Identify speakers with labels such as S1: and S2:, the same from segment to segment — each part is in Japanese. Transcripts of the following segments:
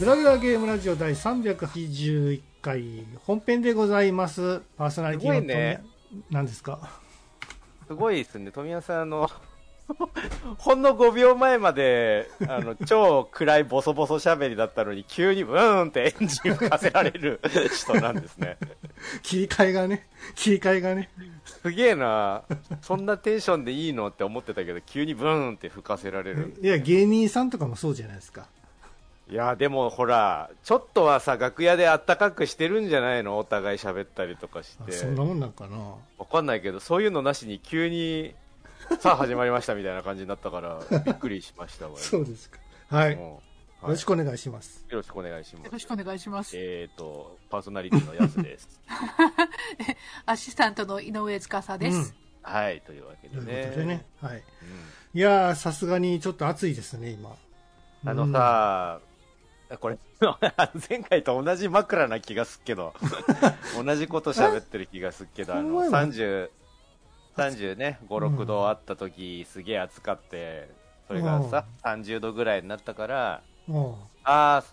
S1: ラグラゲームラジオ第381回本編でございますパーソナリティの
S2: すごいね
S1: 何ですか
S2: すごいですね、富谷さん、あの、 ほんの5秒前まで、あ の、超暗いボソボソ喋りだったのに、急にブーンってエンジン吹かせられる人なんで すね。
S1: 切り替えがね切り替えがね
S2: すげえなそんなテンションでいいのって思ってたけど、急にブーンって吹かせられる。
S1: いや芸人さんとかもそうじゃないですか
S2: いや、でもほら、ちょっとはさ、楽屋であったかくしてるんじゃないのお互い喋ったりとかし
S1: あ
S2: て
S1: そ。んなもんなんかな
S2: わかんないけど、そういうのなしに急に、さあ始まりましたみたいな感じになったから、びっくりしました わ。
S1: そうですかはい、よ
S2: もうはい
S1: ろしくお願いします
S2: よろしくお願いします。
S3: よろしくお願いします。
S2: えっ、と、パーソナリティのやすです。
S3: アシスタントの井上司です。
S2: はい、というわけで
S1: という
S2: ね。
S1: ことでね、はい、いやーさすがにちょっと暑いですね今
S2: うんあのさ、これ、 前回と同じ枕な気がすっけ ど、同じこと喋ってる気がすっけど、あ
S1: この
S2: の、
S1: 前も
S2: 30、30ね、5、6度あった時、すげえ暑かって、それがさ、30度ぐらいになったから、
S1: うんうん
S2: ああ、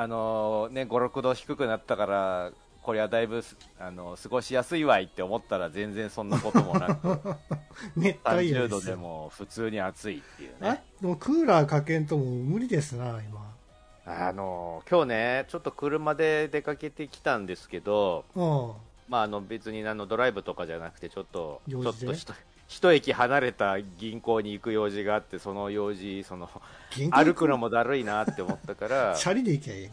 S2: あのね、5、6度低くなったから、これはだいぶす、あの過ごしやすいわいって思ったら、全然そんなこともな く、
S1: 熱帯夜
S2: 30
S1: で
S2: 度
S1: す
S2: で
S1: よ
S2: も普通に暑いっていう
S1: あ
S2: ね。
S1: でもクーラーかけんともう無理ですな今
S2: あの今日ね、ちょっと車で出かけてきたんですけど、
S1: うん
S2: まあ、あの別にあのドライブとかじゃなくて、ちょっと、ち
S1: 用
S2: ょ
S1: 事
S2: っ
S1: で
S2: と一一駅離れた銀行に行く用事があって、その用事、その
S1: 銀行
S2: 歩くのもだるいなって思っ たから、
S1: チャリで行きゃいい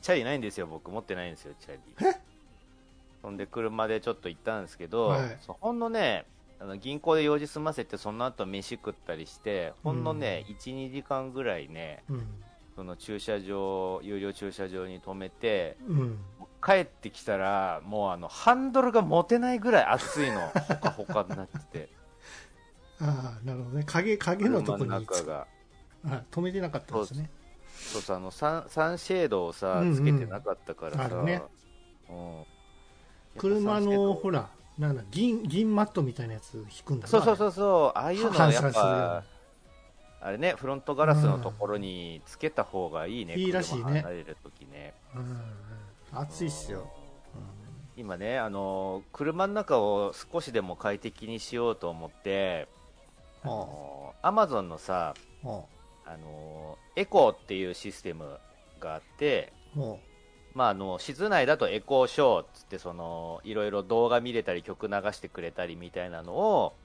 S2: チャリないんですよ、僕、持ってないんですよ、チャリ。そんで、車でちょっと行ったんですけど、
S1: はい
S2: そうほんのね、あの銀行で用事済ませて、その後飯食ったりして、ほんのね、1、2時間ぐらいね、
S1: うん
S2: その駐車場、有料駐車場に止めて、
S1: うん
S2: 帰ってきたら、もうあの、ハンドルが持てないぐらい熱いの、ほかほかに なってて、
S1: ああなるほどね影影のと
S2: 車
S1: こ
S2: の
S1: に
S2: 中が。
S1: あ止めてなかったですね
S2: そうそう、あの、サンサンシェードをさ
S1: うんう、ん
S2: つけてなかったからさ、
S1: あるね
S2: うん
S1: 車
S2: やっぱサンシェード
S1: のほらなんだ銀銀マットみたいなやつ引くんだな
S2: そうそうそううそう、ああいうのは
S1: 反
S2: や
S1: 射する
S2: っ
S1: よ
S2: ぱ、あれね、フロントガラスのところにつけた方がいいね、
S1: うんいいらしいね
S2: 車離れる時ね。
S1: うんうん暑いっすよ
S2: うん。今ね、あの、車の中を少しでも快適にしようと思って、あ
S1: ああ
S2: の、アマゾンのさ、
S1: も
S2: あの、エコーっていうシステムがあって、
S1: うも
S2: まあ、あの室内だとエコーショーっつってそのいろいろ動画見れたり曲流してくれたりみたいなのを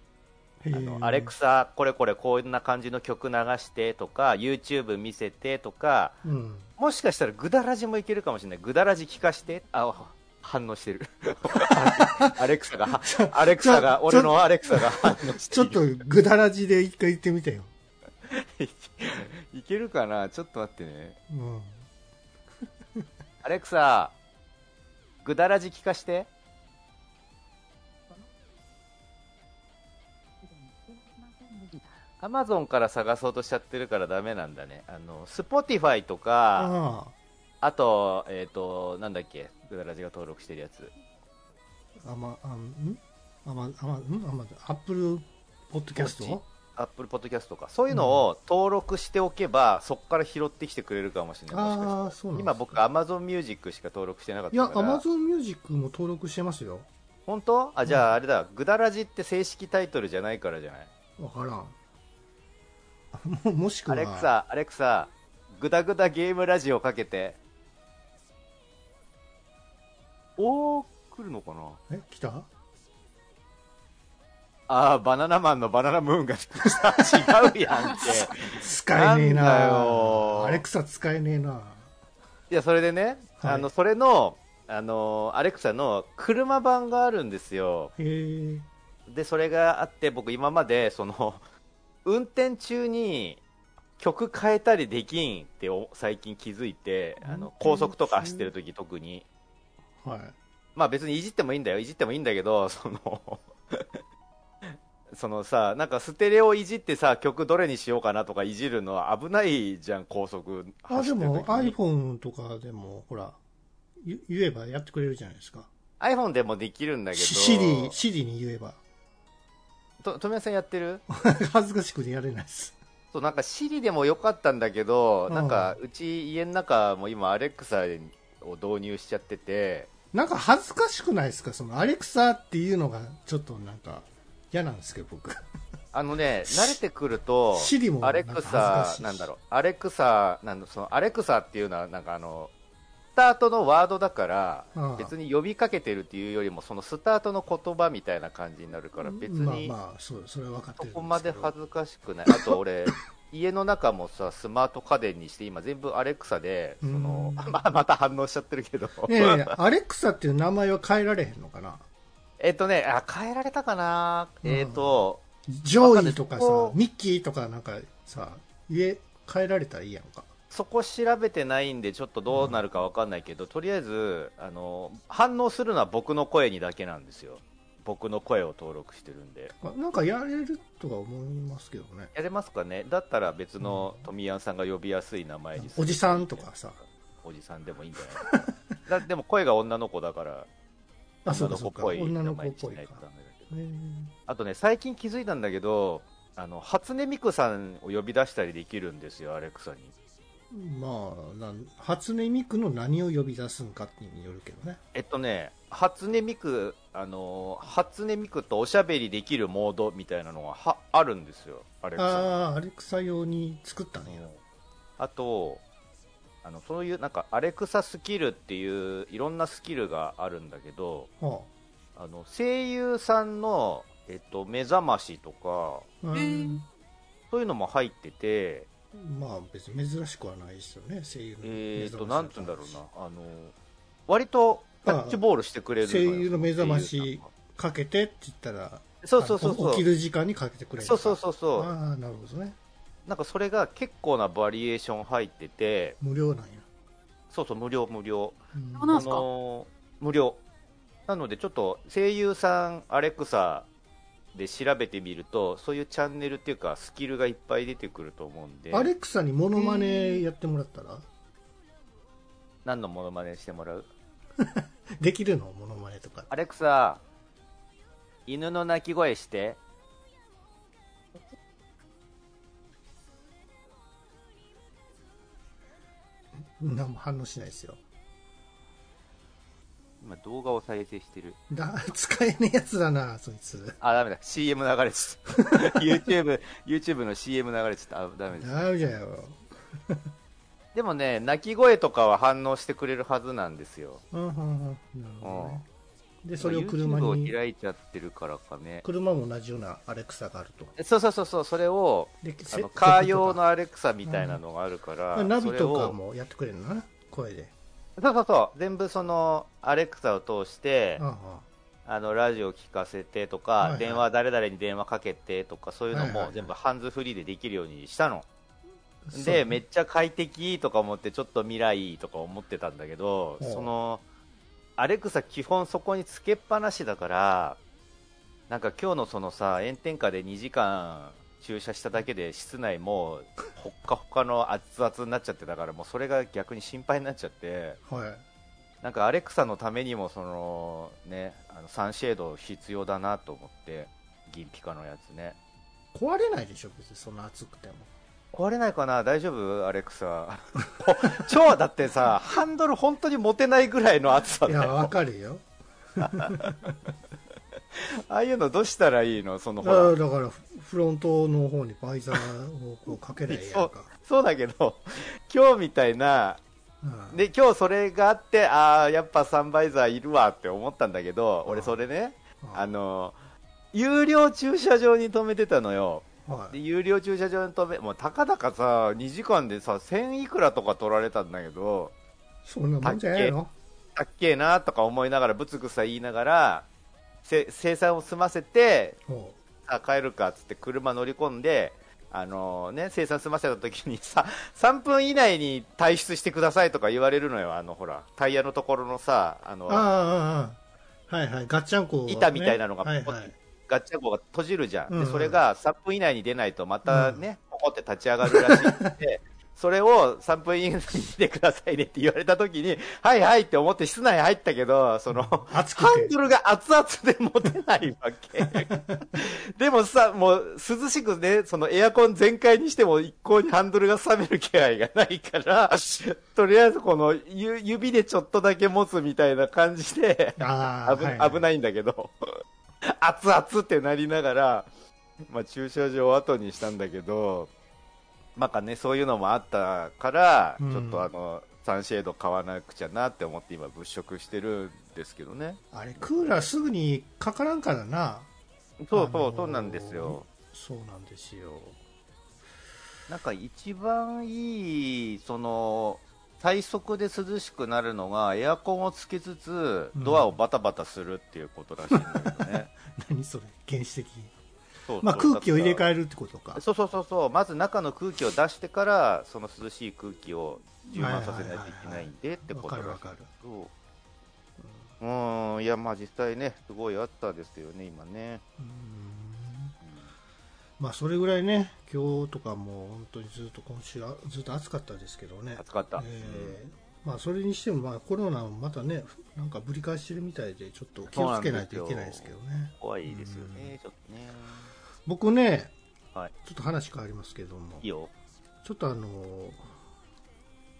S1: うへえ
S2: あのアレクサ、これこれこんな感じの曲流してとか YouTube 見せてとか
S1: うん
S2: もしかしたらグダラジもいけるかもしれないグダラジ聞かしてあ反 応してるアレクサがアレクサ
S1: ち
S2: が
S1: ょ
S2: 俺のアレクサが反応してる
S1: ちょっとぐだらじで一回行ってみてよ
S2: いけるかなちょっと待ってね
S1: うん
S2: アレクサグダラジ聞かしてアマゾンから探そうとしちゃってるからダメなんだねあの Spotify とか、
S1: あ
S2: あと、えっ、と、なんだっけ、グダラジが登録してるやつ。
S1: ああまあんあまあまんあまアップルポッドキャス
S2: ポチ
S1: ト
S2: アップルポッドキャストとか、そういうのを登録しておけば、そこから拾ってきてくれるかもしれない。もしか
S1: ああそうなん
S2: し
S1: で
S2: て
S1: す
S2: 今僕、アマゾンミュージックしか登録してなかっ
S1: い
S2: た
S1: や
S2: か
S1: ア
S2: ら。
S1: マゾンミュージックも登録してますよ
S2: 本当あ、じゃああれだ、グダラジって正式タイトルじゃないからじゃない。
S1: わからんももしく
S2: ア
S1: は
S2: レクサ、アレクサ、グダグダゲームラジオかけて。おー、来るのかな
S1: え来た
S2: あー、バナナマンのバナナムーンが来た違うやんけ。
S1: 使えねえな
S2: なんだよ
S1: アレクサ使えねえない
S2: や、それでね、
S1: はい
S2: あの、それの、あの、アレクサの車版があるんですよ。
S1: へえ
S2: で、それがあって、僕今まで、その、運転中に曲変えたりできんってお最近気づいて、あ
S1: 運
S2: の
S1: 転、中
S2: 高速とか走ってる時特に。
S1: はい
S2: まあ別にいじってもいいんだよ、いじってもいいんだけど、 その、そのさ、なんかステレオいじってさ、曲どれにしようかなとかいじるのは危ないじゃん、高速
S1: あ
S2: 走
S1: で
S2: ってる時に。
S1: も iPhone とかでもほらゆ言えばやってくれるじゃないですか
S2: iPhone でもできるんだけど。
S1: シリシリに言えば
S2: と、富谷さんやってる
S1: 恥ずかしくてやれないです
S2: そうなんか Siri でもよかったんだけど、
S1: うん
S2: なんかうち家の中も今アレクサを導入しちゃってて
S1: なんか恥ずかしくないですかそのアレクサっていうのがちょっとなんか嫌なんですけど僕
S2: あのね慣れてくると
S1: Siri も
S2: アレク
S1: なんか恥ずか
S2: サ
S1: しいし
S2: なんだろうアレクサなんだそのアレクサっていうのはなんかあのスタートのワードだから
S1: うん
S2: 別に呼びかけてるっていうよりもそのスタートの言葉みたいな感じになるから別
S1: まあ
S2: に
S1: まあそうそれは分かって
S2: そ
S1: るんすけど
S2: こまで恥ずかしくないあと 俺家の中もさスマート家電にして今全部アレクサでその
S1: うん
S2: まあまた反応しちゃってるけど
S1: ねえねえアレクサっていう名前は変えられへんのかな
S2: えっとね、あ、変えられたかな、
S1: うん
S2: えっ、と、
S1: ジョイとかさ
S2: ここ
S1: ミッキーとかなんかさ家変えられたらいいやんか
S2: そこ調べてないんで、ちょっとどうなるかわかんないけど、とりあえず、あの、反応するのは僕の声にだけなんですよ。僕の声を登録してるんで。
S1: まあなんかやれるとは思いますけどね
S2: やれますかねだったら別の富山さんが呼びやすい名前にする
S1: おじさんとかさ
S2: おじさんでもいいんじゃない かなだでも声が女の子だから、
S1: あそ
S2: 女
S1: うか
S2: の
S1: そう
S2: 子っ
S1: か
S2: ぽい
S1: 女
S2: 名
S1: の子
S2: 前
S1: っ
S2: にし
S1: ぽい
S2: ないと
S1: か
S2: ダメだけど。
S1: へえ
S2: あとね、最近気づいたんだけど、あの、初音ミクさんを呼び出したりできるんですよ、アレクサに。
S1: まあなん初音ミクの何を呼び出すんかによるけどね
S2: えっとね、初音ミク、あのー初音ミクとおしゃべりできるモードみたいなのがはあるんですよ、アレクサ。
S1: ああーアレクサ用に作ったんや
S2: あと、あのそういうなんかアレクサスキルっていういろんなスキルがあるんだけど、
S1: は
S2: あの声優さんの、えっと、目覚ましとか、
S1: あう
S3: へえ
S1: ん
S2: そういうのも入ってて、
S1: まあ別に珍しくはないですよね声優の
S2: えーっ
S1: 目覚
S2: と、
S1: まし
S2: なんて言うんだろうな、あの割とキャッチボールしてくれるのよ
S1: ああ声優の目覚まし。
S2: その声優さんが
S1: かけてって言ったら
S2: そうそうそう
S1: あ
S2: そ
S1: の
S2: う
S1: 起き。る時間にかけてくれる
S2: そうそうそうそう。
S1: ああなるほどね
S2: なんかそれが結構なバリエーション入ってて、
S1: 無料なんや、
S2: そうそう、無料、無料。
S1: うん
S3: そうなんすか
S2: のー無料。なので、ちょっと声優さん、アレクサで調べてみると、そういうチャンネルっていうか、スキルがいっぱい出てくると思うんで、
S1: アレクサにモノマネやってもらったら、
S2: 何のモノマネしてもらう
S1: できるのモノマネとか
S2: アレクサ、犬の鳴き声して。
S1: 何も反応しないですよ
S2: 今、動画を再生してる。
S1: だ 使えねえやつだなそいつ
S2: あ、ダメだ。CM 流れちゃった。YouTube、YouTube の CM 流れちゃった。あ、ダメです。
S1: ダメだよ
S2: でもね、鳴き声とかは反応してくれるはずなんですよ。
S1: うんうんうんなるほどねでそれを車
S2: YouTube
S1: に
S2: を開いちゃってるからかね。
S1: 車も同じようなアレクサがあると
S2: そうそうそうそう、それを、
S1: で
S2: あ
S1: セ
S2: の、カー
S1: セット
S2: 用
S1: と
S2: の
S1: か
S2: アレクサみたいなのがあるから、
S1: ナビと
S2: それ
S1: か
S2: を
S1: もやってくれるのかな声で
S2: そうそうそう、全部その、アレクサを通して
S1: あ、あ
S2: あの、ラジオ聞かせてとか、
S1: はいはい
S2: 電話、誰々に電話かけてとか、そういうの
S1: はいはい
S2: も
S1: はい
S2: 全部ハンズフリーでできるようにしたの。
S1: そう
S2: で、めっちゃ快適とか思って、ちょっと未来とか思ってたんだけど、
S1: うん
S2: その、アレクサ基本そこにつけっぱなしだから、なんか今日のそのさ、炎天下で2時間駐車しただけで室内もう、ほっかほかの熱々になっちゃってたから、もうそれが逆に心配になっちゃって、
S1: はい
S2: なんかアレクサのためにも、その、ね、あのサンシェード必要だなと思って、銀ピカのやつね。
S1: 壊れないでしょ別にそんな暑くても
S2: 壊れないかな大丈夫アレクサこう 超はだってさハンドル本当に持てないぐらいの厚さ
S1: い
S2: だ
S1: や
S2: よ
S1: わかるよ
S2: ああいうのどうしたらいいのその
S1: だ
S2: ほ
S1: かららだからフフロントの方にバイザーをこうかけりゃいいやんか
S2: そうだけど 今日みたいな
S1: うん
S2: で今日それがあってああやっぱサンバイザーいるわって思ったんだけど俺それねあの有料駐車場に止めてたのよ
S1: は
S2: で
S1: い
S2: 有料駐車場に止めもうたかだかさ2時間でさ1000いくらとか取られたんだけど
S1: そんなもんじゃないの
S2: かっけえなとか思いながらぶつぐさ言いながらせ生産を済ませて
S1: ほ
S2: あ帰るかっつって車乗り込んであのね生産済ませた時に さ3分以内に退出してくださいとか言われるのよあのほらタイヤのところのさあ
S1: う
S2: の
S1: ああああああはいはいガッチャンコをね
S2: 板みたいなのが
S1: はいはい
S2: ガッチャンコが閉じるじゃん、
S1: うんうん
S2: でそれが3分以内に出ないとまたね、ポコって立ち上がるらしいんで それを3分以内にしてくださいねって言われた時に はいはいって思って室内入ったけどその
S1: 暑く
S2: ハン
S1: て
S2: ドルが熱々で持てないわけ。でもさ、もう涼しくね、そのエアコン全開にしても一向にハンドルが冷める気配がないから、とりあえずこのゆ指でちょっとだけ持つみたいな感じで、
S1: ああ、
S2: 危,、危ないんだけど、 熱々ってなりながら、まあ、駐車場を後にしたんだけど、なんかね、そういうのもあったから、
S1: うん
S2: ちょっとあの、サンシェード買わなくちゃなって思って今物色してるんですけどね。
S1: あれクーラーすぐにかからんからな
S2: そう
S1: あ
S2: そ
S1: の
S2: う、
S1: ー
S2: そうなんですよ。
S1: そうなんです よ
S2: なんか一番いい、その、最速で涼しくなるのが、エアコンをつけつつ、
S1: うん
S2: ドアをバタバタするっていうことらしいんだけど ね。
S1: 何それ原始的
S2: そうそう
S1: まあ空気を入れ替
S2: え
S1: えるってことか
S2: そうそうそうそう、まず中の空気を出してから、その涼しい空気を充満させないといけないんでって
S1: わ
S2: こ
S1: か
S2: と
S1: る
S2: ら
S1: わ
S2: しい
S1: かる
S2: けど。うーん、いや、まあ実際ね、すごいあったですよね、今ね。
S1: うーんまあそれぐらいね今日とかも本当にずっと今週はずっと暑かったですけどね
S2: 暑かった。
S1: えーまあそれにしてもまあコロナもまたねなんかぶり返してるみたいでちょっと気をつけないといけないですけどね
S2: 怖いですよね、ちょっとね。
S1: 僕ね、
S2: はい
S1: ちょっと話変わりますけども
S2: いいよ。
S1: ちょっとあの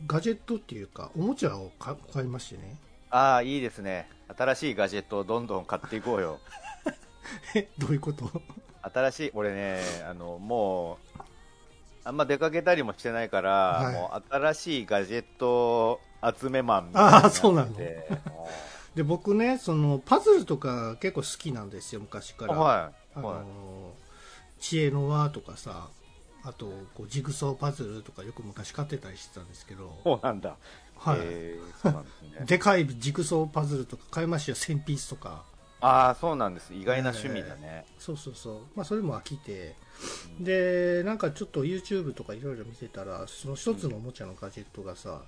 S1: ガジェットっていうかおもちゃをか買いましてね
S2: ああ、いいですね。新しいガジェットをどんどん買っていこうよ。
S1: えどういうこと
S2: 新しい、俺ね、あの、もう、あんま出かけたりもしてないから、
S1: はい
S2: もう新しいガジェット集めマンみ
S1: あーそう なの
S2: で。も
S1: で僕ねそのパズルとか結構好きなんですよ昔か
S2: う
S1: ら、
S2: はい。
S1: あの
S2: はい。
S1: 知恵の輪とかさあとこうジグソーパズルとかよく昔買ってたりしてたんですけど、
S2: そうなんだ。
S1: はい
S2: えーそうなんですね。
S1: でかいジグソーパズルとか買いましたよ1000ピースとか
S2: ああ、そうなんです。意外な趣味だね。
S1: そうそうそうまあそれも飽きてでなんかちょっと YouTube とかいろいろ見てたらその一つのおもちゃのガジェットがさ、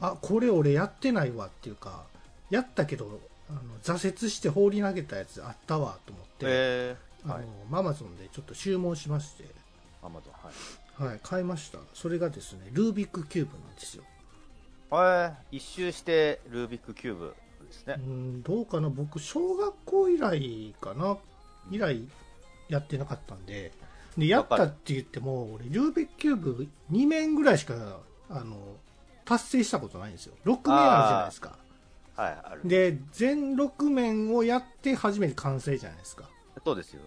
S1: あこれ俺やってないわっていうかやったけどあの挫折して放り投げたやつあったわと思って、
S2: え
S1: あ
S2: ー、
S1: の
S2: はい。
S1: ママゾンでちょっと注文しまして
S2: アマゾン、はい。
S1: はい買いましたそれがですねルービックキューブなんですよ
S2: はい、一周して、ルービックキューブですね
S1: う。んどうかな僕小学校以来かな以来やってなかったんででやったって言っても俺ルービックキューブ2面ぐらいしかあの達成したことないんですよ6面あるじゃないですか
S2: はい、ある。
S1: で全6面をやって初めて完成じゃないですか
S2: そうですよ。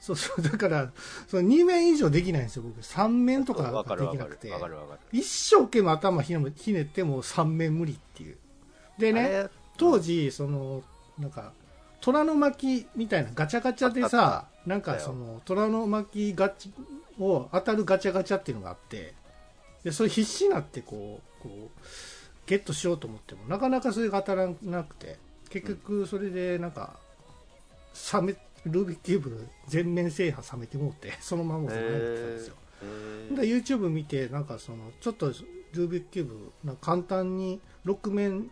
S1: そうそうだからその2面以上できないんですよ僕3面とか
S2: わかる
S1: で
S2: わ
S1: き
S2: か
S1: なく
S2: る
S1: て。
S2: わかるわかる。
S1: 一生懸命頭ひねひねっても3面無理っていうでね
S2: あれ
S1: 当時そのなんか虎の巻みたいなガチャガチャでさなんかその虎の巻ガチを当たるガチャガチャっていうのがあってでそれ必死になってこうこうゲットしようと思ってもなかなかそれが当たらなくて結局それでなんか、冷めルービックキューブ全面制覇冷めてもうてそのままじゃないってたんですよ、
S2: えー
S1: で YouTube 見てなんかそのちょっとルービックキューブなんか簡単に6面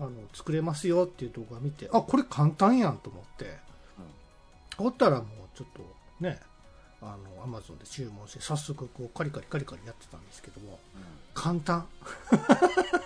S1: あの作れますよっていう動画見てあこれ簡単やんと思っておったらもうちょっとねあの Amazon で注文して早速こうカリカリカリカリやってたんですけども
S2: うん
S1: 簡単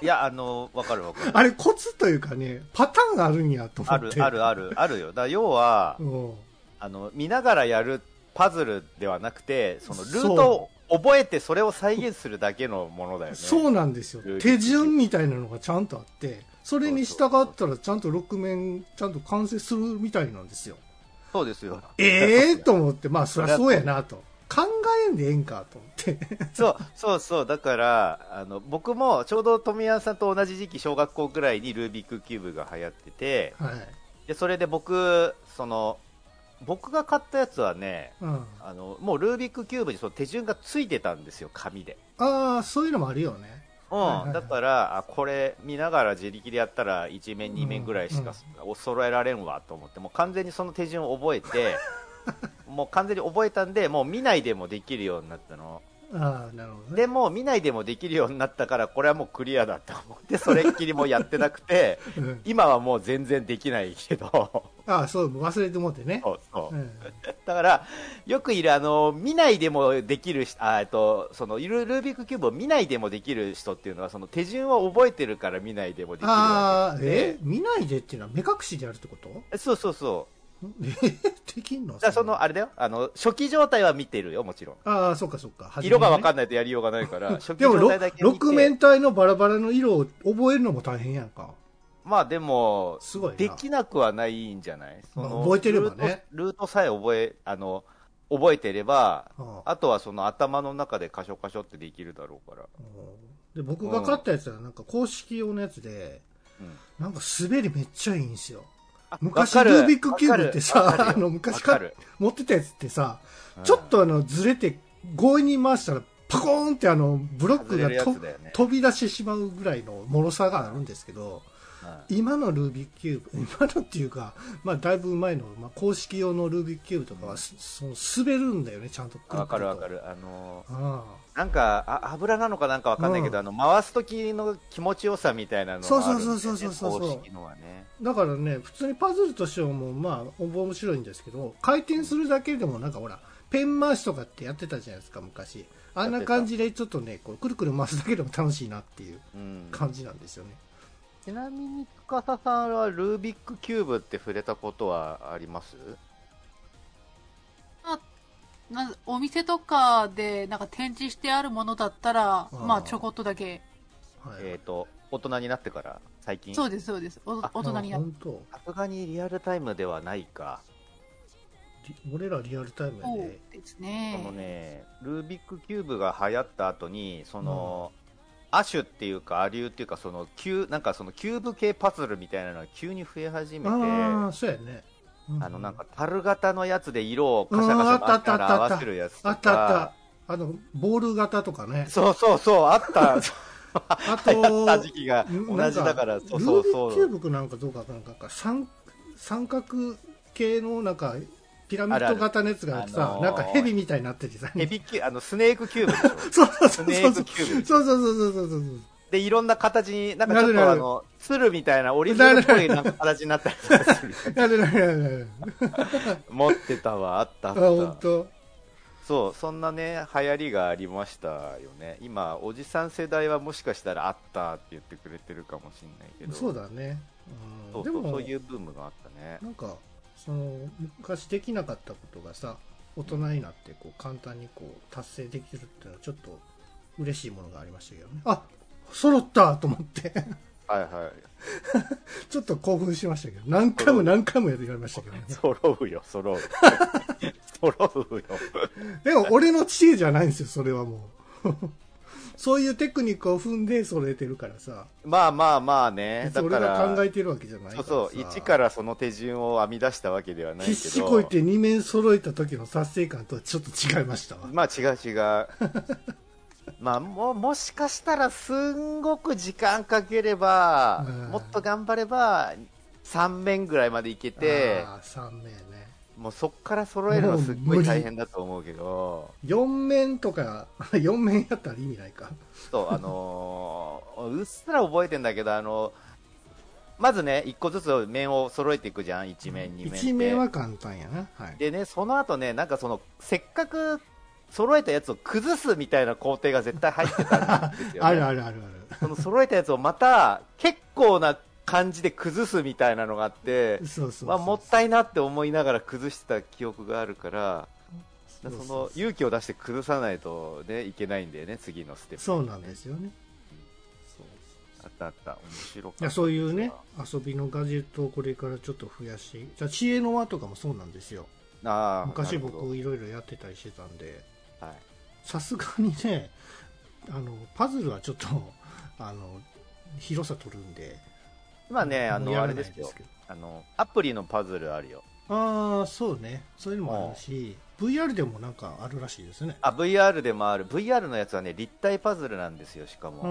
S2: いや、あの、わかるわかる。
S1: あれコツというかねパターンあるんやと思
S2: あ
S1: っ
S2: る
S1: て
S2: あるある、あるよ。だから要は、
S1: うん
S2: あの、見ながらやるパズルではなくて、そのルー
S1: そ
S2: トを覚えてそれを再現するだけのものだよね。
S1: そうなんですよ
S2: ルール
S1: 手順みたいなのがちゃんとあってそれに従ったらちゃんと6面ちゃんと完成するみたいなんですよ
S2: そうですよ。
S1: ええと思って、まあそりゃそうやなと。考えんでええんかと思って。
S2: そう、そうそう。だから、あの、僕もちょうど富谷さんと同じ時期、小学校くらいにルービックキューブが流行ってて、
S1: はい。
S2: で、それで僕、その、僕が買ったやつはね、
S1: うん。あ
S2: あの、もうルービックキューブにその手順がついてたんですよ、紙で。
S1: あー、そういうのもあるよね。はいはいは
S2: うん、
S1: い
S2: だから、あこれ見ながら自力でやったら1面、2面ぐらいしかお揃えられんわと思って、もう完全にその手順を覚え て、もう完全に覚えたんで、もう見ないでもできるようになったの。
S1: ああ、なるほどね。
S2: でもう見ないでもできるようになったから、これはもうクリアだと思って、それっきりもうやってな くて、
S1: うん、
S2: 今はもう全然できない けど、
S1: ああ、そう、忘れてもってね。。
S2: そうそううんだから、よくいる、あの、見ないでもできる人、あえっと、その、ルルービックキューブを見ないでもできる人っていうのは、その手順を覚えてるから見ないでもできるわ
S1: ああ、
S2: けで
S1: え見ないでっていうのは目隠しでやるってこと
S2: そうそうそ
S1: えできんの
S2: じゃあその、あれだよ。あの、初期状態は見てるよ、もちろん。
S1: ああ、そうかそうか。初め
S2: 色がわ
S1: ね
S2: かんないとやりようがないから、初期
S1: でも
S2: 状
S1: ろ
S2: 態だけ見て。
S1: 六面体のバラバラの色を覚えるのも大変やんか。
S2: まあでも、
S1: すごいな。
S2: できなくはないんじゃないそ
S1: まあ
S2: の
S1: 覚えてればね
S2: ルート。ルートさえ覚え、あの、覚えてれば、
S1: ああ
S2: あとはその頭の中でカショカショってできるだろうから。
S1: うんで僕が買ったやつはなんか公式用のやつで、
S2: うん
S1: なんか滑りめっちゃいいんですよ。
S2: あ
S1: 昔
S2: わか
S1: ル
S2: る
S1: ービックキューブって
S2: わか
S1: さ、
S2: る
S1: あの昔
S2: わか
S1: か
S2: る
S1: 持ってたやつってさ、
S2: うん
S1: ちょっとあのずれて強引に回したらパコーンってあのブロッ
S2: 外
S1: ク
S2: れ
S1: が
S2: るや
S1: と
S2: つだよね。
S1: 飛び出してしまうぐらいの脆さがあるんですけど、
S2: うん
S1: 今のルービックキューブ、 今のっていうか、まあ、だいぶ前の、まあ、公式用のルービックキューブとかは、すその滑るんだよね、ちゃんとく
S2: わかるわ
S1: と
S2: か。る。あの
S1: あ
S2: ー、なんか、あ油なのかなんかわかんないけど、あの、回す時の気持ちよさみたいなのがあるんだよね
S1: そうそうそうそうそうそう
S2: 公式のはね。
S1: あだからね、普通にパズルとしても、まあ、面白いんですけど、回転するだけでも、なんかほら、ペン回しとかってやってたじゃないですか、昔。あんな感じで、ちょっとね、こうくるくる回すだけでも楽しいなっていう
S2: うん。
S1: 感じなんですよね。
S2: ちなみに、司さんはルービックキューブって触れたことはあります
S3: なお店とかでなんか展示してあるものだったら、
S1: ー
S3: まあちょこっとだけ。
S1: はい。
S2: えっ、と、大人になってから、最近。
S3: そう
S2: さ
S3: です、そうです。お
S2: あ
S3: 大人にな
S1: あ
S3: っ
S1: 本当
S2: すがにリアルタイムではないか。
S1: リ俺らリアルタイム
S3: そう
S1: で、
S3: です
S2: そ
S3: ね。
S2: のね、ルービックキューブが流行った後に、その、亜種っていうか、亜流っていうか、その、キューなんかそのキューブ系パズルみたいなのが急に増え始めて、
S1: ああ、そうやね。う
S2: あの、なんか、樽型のやつで色をカシャ
S1: うんあ
S2: カ
S1: っ
S2: シ
S1: た
S2: ャ
S1: あっあっ
S2: 回したた
S1: た
S2: ら合わせるやつとか。
S1: あったあった。あの、ボール型とかね。
S2: そうそうそう、あっ
S1: あ
S2: た。流行
S1: と、
S2: った時期が
S1: うん
S2: 同じだから、
S1: なん
S2: そうそ
S1: ル
S2: う
S1: ービック
S2: そう。
S1: キューブなんかどうかなんかか三三角形のなんかピラミッド型のやつがさ
S2: あるある
S1: なんかヘビみたいになっててさ、
S2: ヘビキュー、あの、スネークキューブでし
S1: そ
S2: ょ。
S1: うそうそ
S2: ス
S1: う
S2: ネ
S1: そう
S2: ーク
S1: そう
S2: キューブでし
S1: そ
S2: ょ
S1: うそうそうそうそう
S2: で、いろんな形に、なんかちょ
S1: な
S2: っ
S1: るな
S2: と
S1: る
S2: あの、鶴みたいな、折り鶴っぽいなんか形になったりとかす る。
S1: やるやるやるやる
S2: 持ってたわ、あった、あ
S1: あ
S2: っ
S1: 本
S2: た。
S1: 当
S2: そう、そんなね、流行りがありましたよね。今、おじさん世代はもしかしたらあったって言ってくれてるかもしれないけど。
S1: そうだね、う
S2: そ
S1: ん、
S2: うそう、
S1: でも
S2: そういうブームがあったね。
S1: なんかその昔できなかったことがさ大人になってこう簡単にこう達成できるっていうのはちょっと嬉しいものがありましたけどねあ揃ったと思って
S2: はいはい。
S1: ちょっと興奮しましたけど、何回も何回もやりましたけどね。
S2: 揃うよ、 揃う。揃うよ。
S1: でも俺の知恵じゃないんですよ、それはもう。 そういうテクニックを踏んで揃えてるからさ。
S2: まあまあまあね。だ
S1: そ
S2: か
S1: れが
S2: ら、
S1: 考えてるわけじゃないか
S2: そう
S1: らさ。
S2: そう、一からその手順を編み出したわけではないけど。
S1: 必死こいて2面揃えた時の達成感とはちょっと違いましたわ。
S2: まあ違う違 うまあももしかしたらすんごく時間かければ、
S1: うん
S2: もっと頑張れば3面ぐらいまでいけて
S1: ああ、3面ね。
S2: もうそこから揃えるのすっごい大変だと思うけど
S1: 4面とか、4面 やったら意味ないか。
S2: そうあの ーうっすら覚えてんだけどあのまずね1個ずつ面を揃えていくじゃん1面2面って
S1: 1面は簡単やな。はい。、
S2: でねその後ねなんかそのせっかく揃えたやつを崩すみたいな工程が絶対入ってたんですよ、ね
S1: あるあるあるあ
S2: その揃えたやつをまた結構な感じで崩すみたいなのがあって
S1: る。、そうそうそう。
S2: まあ、もったいなって思いながら崩してた記憶があるから、その勇気を出して崩さないと、ね、いけないんだよね、次のステップ、
S1: そうなんですよね。そう
S2: あったあった、面白かっ
S1: い
S2: た
S1: やそういうね遊びのガジェットをこれからちょっと増やしてじゃあ知恵の輪とかもそうなんですよ
S2: あー
S1: 昔、
S2: なるほ
S1: 僕いろいろやってたりしてたんで
S2: どはい、
S1: さすがにねあのパズルはちょっとあの広さ取るんで
S2: 今ね、あ
S1: もう
S2: の
S1: や
S2: あ
S1: ら
S2: れ
S1: な
S2: で
S1: い
S2: すよ
S1: けど
S2: あの、アプリのパズルあるよ、
S1: ああそうねそういうのもあるし VR でもなんかあるらしいですね
S2: あ VR でもある、VR のやつはね、立体パズルなんですよ、しかも。
S1: あ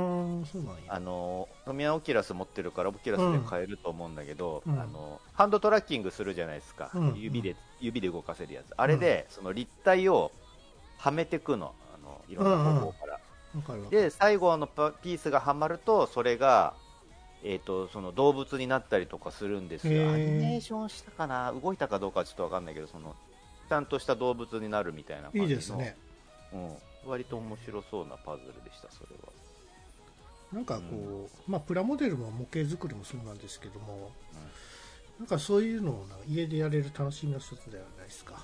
S1: ーそうなんや
S2: あのトミヤオキュラス持ってるからオキュラスで買えると思うんだけど、
S1: うん
S2: あのハンドトラッキングするじゃないですか、
S1: うん
S2: 指で指で動かせるやつあれで、その立体をはめてくのあのいろんな方向から、
S1: わかるわ
S2: で最後のパピースがはまるとそれが、えー、とその動物になったりとかするんです
S1: へー
S2: よアニメーションしたかな動いたかどうかはちょっとわかんないけどそのちゃんとした動物になるみたいな感じ
S1: い
S2: の
S1: いですね
S2: うん、割と面白そうなパズルでしたそれは
S1: なんかこう、まあ、プラモデルも模型作りもそうなんですけども、なんかそういうのをなんか家でやれる楽しみの一つではないですか。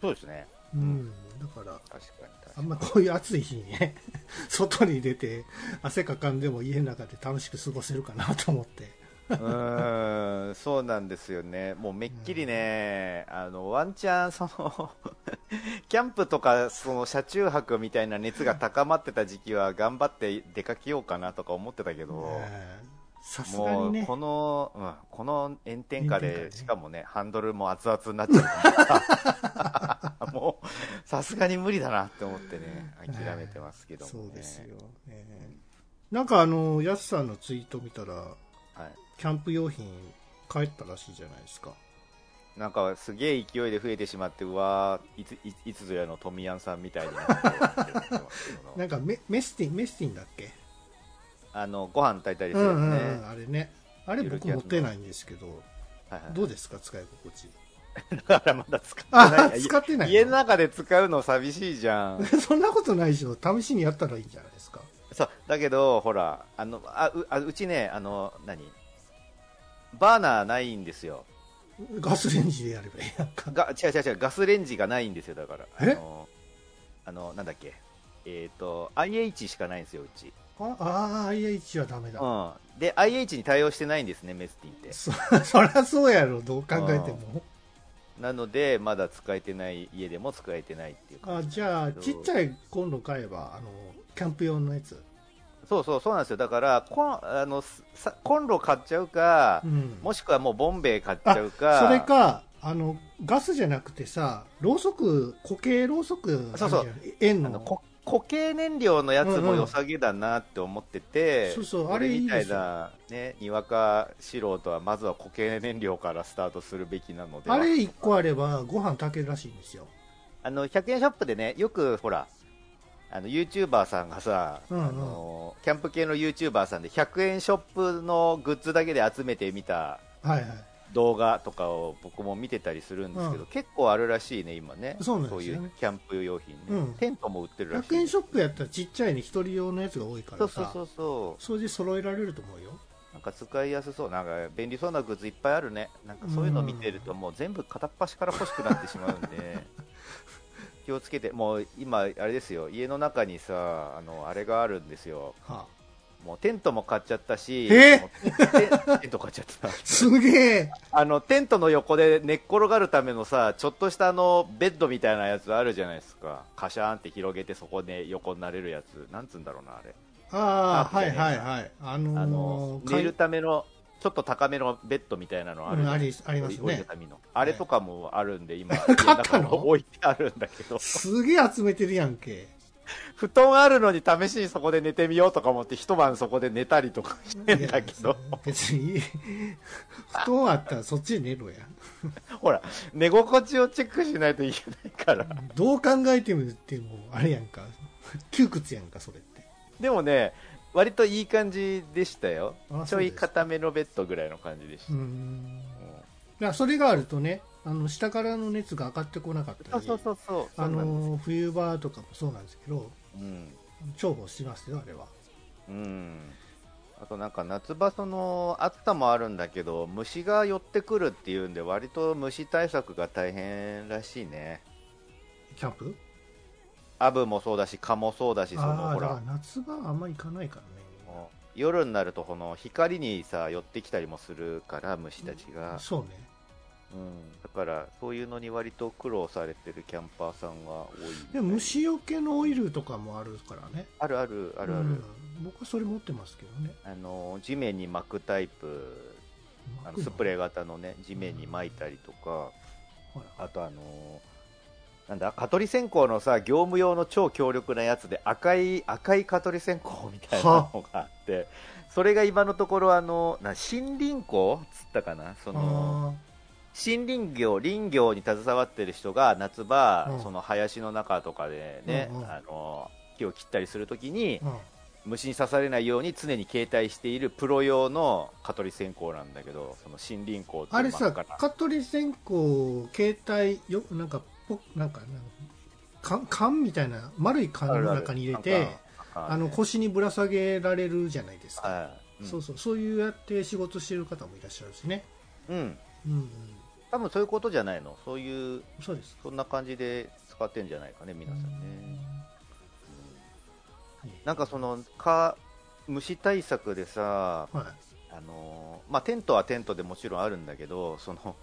S2: そうですね。
S1: うん、
S2: うん
S1: だから、
S2: 確かに確
S1: あ
S2: か
S1: ん
S2: に。
S1: まこういう暑い日にね、 外に出て汗かかんでも家の中で楽しく過ごせるかなと思って。
S2: うーん、そうなんですよね。もうめっきりね、あの、ワンチャン、その、 キャンプとか、その、車中泊みたいな熱が高まってた時期は、頑張って出かけようかなとか思ってたけど、
S1: えーさすが
S2: も
S1: に
S2: う、
S1: ね
S2: こ、の、うん、この炎天
S1: 炎天下
S2: 下で、
S1: でね
S2: しかもね、ハンドルも熱々になっちゃう から、もう、さすがに無理だなって思ってね、諦めてますけども、ね。
S1: そうですよ、ね。なんかあの、やすさんのツイート見たら、
S2: はい。
S1: キャンプ用品帰ったらしいじゃないですか。
S2: なんかすげえ勢いで増えてしまって、うわーいついいつぞやのトミヤンさんみたいに なってますけど
S1: なんかメメスティン、メスティンだっけ
S2: あのご飯炊いたりす
S1: う
S2: る
S1: ん
S2: よ
S1: う
S2: ね、
S1: んうん、あれね。あれ僕持ってないんですけど、
S2: はいはい
S1: どうですか、使い心地。
S2: だからまだ使って
S1: あ
S2: ない
S1: 使ってないの
S2: 家の中で使うの寂しいじゃ ん
S1: そんなことないでしょ。試しにやったらいいんじゃないですか。
S2: そうだけどほらあのあうあうちねあの何バーナーないんですよ
S1: ガスレンジでやればいいやんか。
S2: が違う違う違うガスレンジがないんですよだからあ
S1: え
S2: のあのなんだっけえっ、と IH しかないんですようち、
S1: ああー、IH はダメだ。
S2: うん、で IH に対応してないんですねメスティンって
S1: そ そりゃそうやろ、どう考えても。
S2: なので、まだ使えてない、家でも使えてないっていう
S1: あ
S2: 感
S1: じゃあ、ちっち
S2: い。
S1: ゃいコンロ買えば、あの、キャンプ用のやつ。
S2: そうそう、そうなんですよ。だから、コンあのさコンロ買っちゃうか
S1: う、ん。
S2: もしくはもうボンベイ買っち
S1: あ
S2: ゃうか、
S1: それか、あの、ガスじゃなくてさ、ろうそく、固形ろうそく、
S2: そうそう
S1: あるじゃん、円
S2: あ
S1: の。
S2: のこ固形燃料のやつも良さげだなって思って
S1: う
S2: て、
S1: んうんそうそう
S2: 俺
S1: あれいい
S2: み
S1: で
S2: たい
S1: すよ
S2: な、ね、にわか素人は、まずは固形燃料からスタートするべきなのでは
S1: あれ1個あれば、ご飯炊けるらしいんですよ。
S2: あの100円ショップでね、よくほら、あの YouTuber さんがさ、
S1: うんうん
S2: あの、キャンプ系の YouTuber さんで100円ショップのグッズだけで集めてみた
S1: はいはい。
S2: 動画とかを僕も見てたりするんですけど、
S1: うん
S2: 結構あるらしいね、今ね、
S1: そうなんですよね
S2: そういうキャンプ用品ね、
S1: うん
S2: テントも売ってるらしい、
S1: 100円ショップやったらちっちゃいね、一人用のやつが多いか
S2: そ
S1: ら
S2: うそう
S1: さ
S2: そ、うそ
S1: それで揃えられると思うよ。
S2: う、なんか使いやすそう、なんか便利そうなグッズいっぱいあるね、なんかそういうの見てると、もう全部片っ端から欲しくなってしまうん で。気をつけてもう今、あれですよ家の中にさあのあれがあるんですよ、
S1: はあ、
S2: もうテントも買っちゃったし、
S1: え
S2: もうテンテント買っちゃった。
S1: すげえ
S2: あの、テントの横で寝っ転がるためのさ、ちょっとしたあの、ベッドみたいなやつあるじゃないですか。カシャーンって広げてそこで横になれるやつ。なんつうんだろうな、あれ。
S1: ああ、
S2: あ
S1: はいはいはい。あのー、
S2: あの、
S1: か
S2: 寝
S1: い
S2: るための、ちょっと高めのベッドみたいなのあるじゃないですか、
S1: うんありありますよね
S2: 折りたたみの。あれとかもあるんで、今、
S1: 買ったの
S2: 家中置いてあるんだけど、
S1: すげえ集めてるやんけ。
S2: 布団あるのに試しにそこで寝てみようとか思って、一晩そこで寝たりとかしてんだけど。
S1: 別に、布団あったらそっちで寝ろや。
S2: ほら、寝心地をチェックしないといけないから。
S1: どう考えてみるってもう、あれやんか。窮屈やんか、それって。
S2: でもね、割といい感じでしたよ
S1: あ。
S2: ちょ
S1: そう
S2: い
S1: ですか
S2: 固めのベッドぐらいの感じでした。
S1: うーん。だからそれがあるとね、あの、下からの熱が上がってこなかった
S2: そう
S1: り、
S2: そうそうそう。
S1: あ
S2: そうなんです
S1: のー、冬場とかもそうなんですけど、
S2: うん。
S1: 重宝しますよ、あれは。
S2: うん。あとなんか夏場その暑さもあるんだけど、虫が寄ってくるっていうんで、割と虫対策が大変らしいね。
S1: キャンプ
S2: アブもそうだし、蚊もそうだし、その
S1: ああ、
S2: ほ
S1: だからら、夏場はあんま行かないからね。
S2: 夜になるとこの光にさ、寄ってきたりもするから、虫たちが。
S1: そうね。
S2: うん、だからそういうのに割と苦労されてるキャンパーさんは多いみたい
S1: でも虫除けのオイルとかもあるからね。
S2: あるあるあるある、
S1: うん僕はそれ持ってますけどね。
S2: あの地面に巻くタイプあのスプレー型のね地面に巻いたりとか
S1: ほら
S2: あとあのなんだ蚊取り線香のさ業務用の超強力なやつで赤い赤い蚊取り線香みたいなのがあってそれが今のところあのな森林工つったかなその
S1: あ
S2: 森林業、林業に携わってる人が夏場、
S1: うん
S2: その林の中とかでね、
S1: うんうん
S2: あの木を切ったりするときに
S1: ー、うん
S2: 虫に刺されないように常に携帯しているプロ用の蚊取り線香なんだけど、その森林香って
S1: あれさ、
S2: 真っ赤
S1: 蚊取り線香、携帯よ、なんか、ポなんか、なんか缶缶みたいな、丸い缶
S2: な
S1: の中に入れて、、
S2: あ
S1: あの腰にぶら下げられるじゃないですか。
S2: はい、うん
S1: そうそう、そういうやって仕事してる方もいらっしゃるしね。
S2: うん、
S1: うんうん、
S2: 多分そういうことじゃないのそういう
S1: そうです
S2: そんな感じで使ってんじゃないかね皆さんね
S1: うん
S2: なんかその蚊虫対策でさ
S1: は
S2: あのーまあ、テントはテントでもちろんあるんだけどその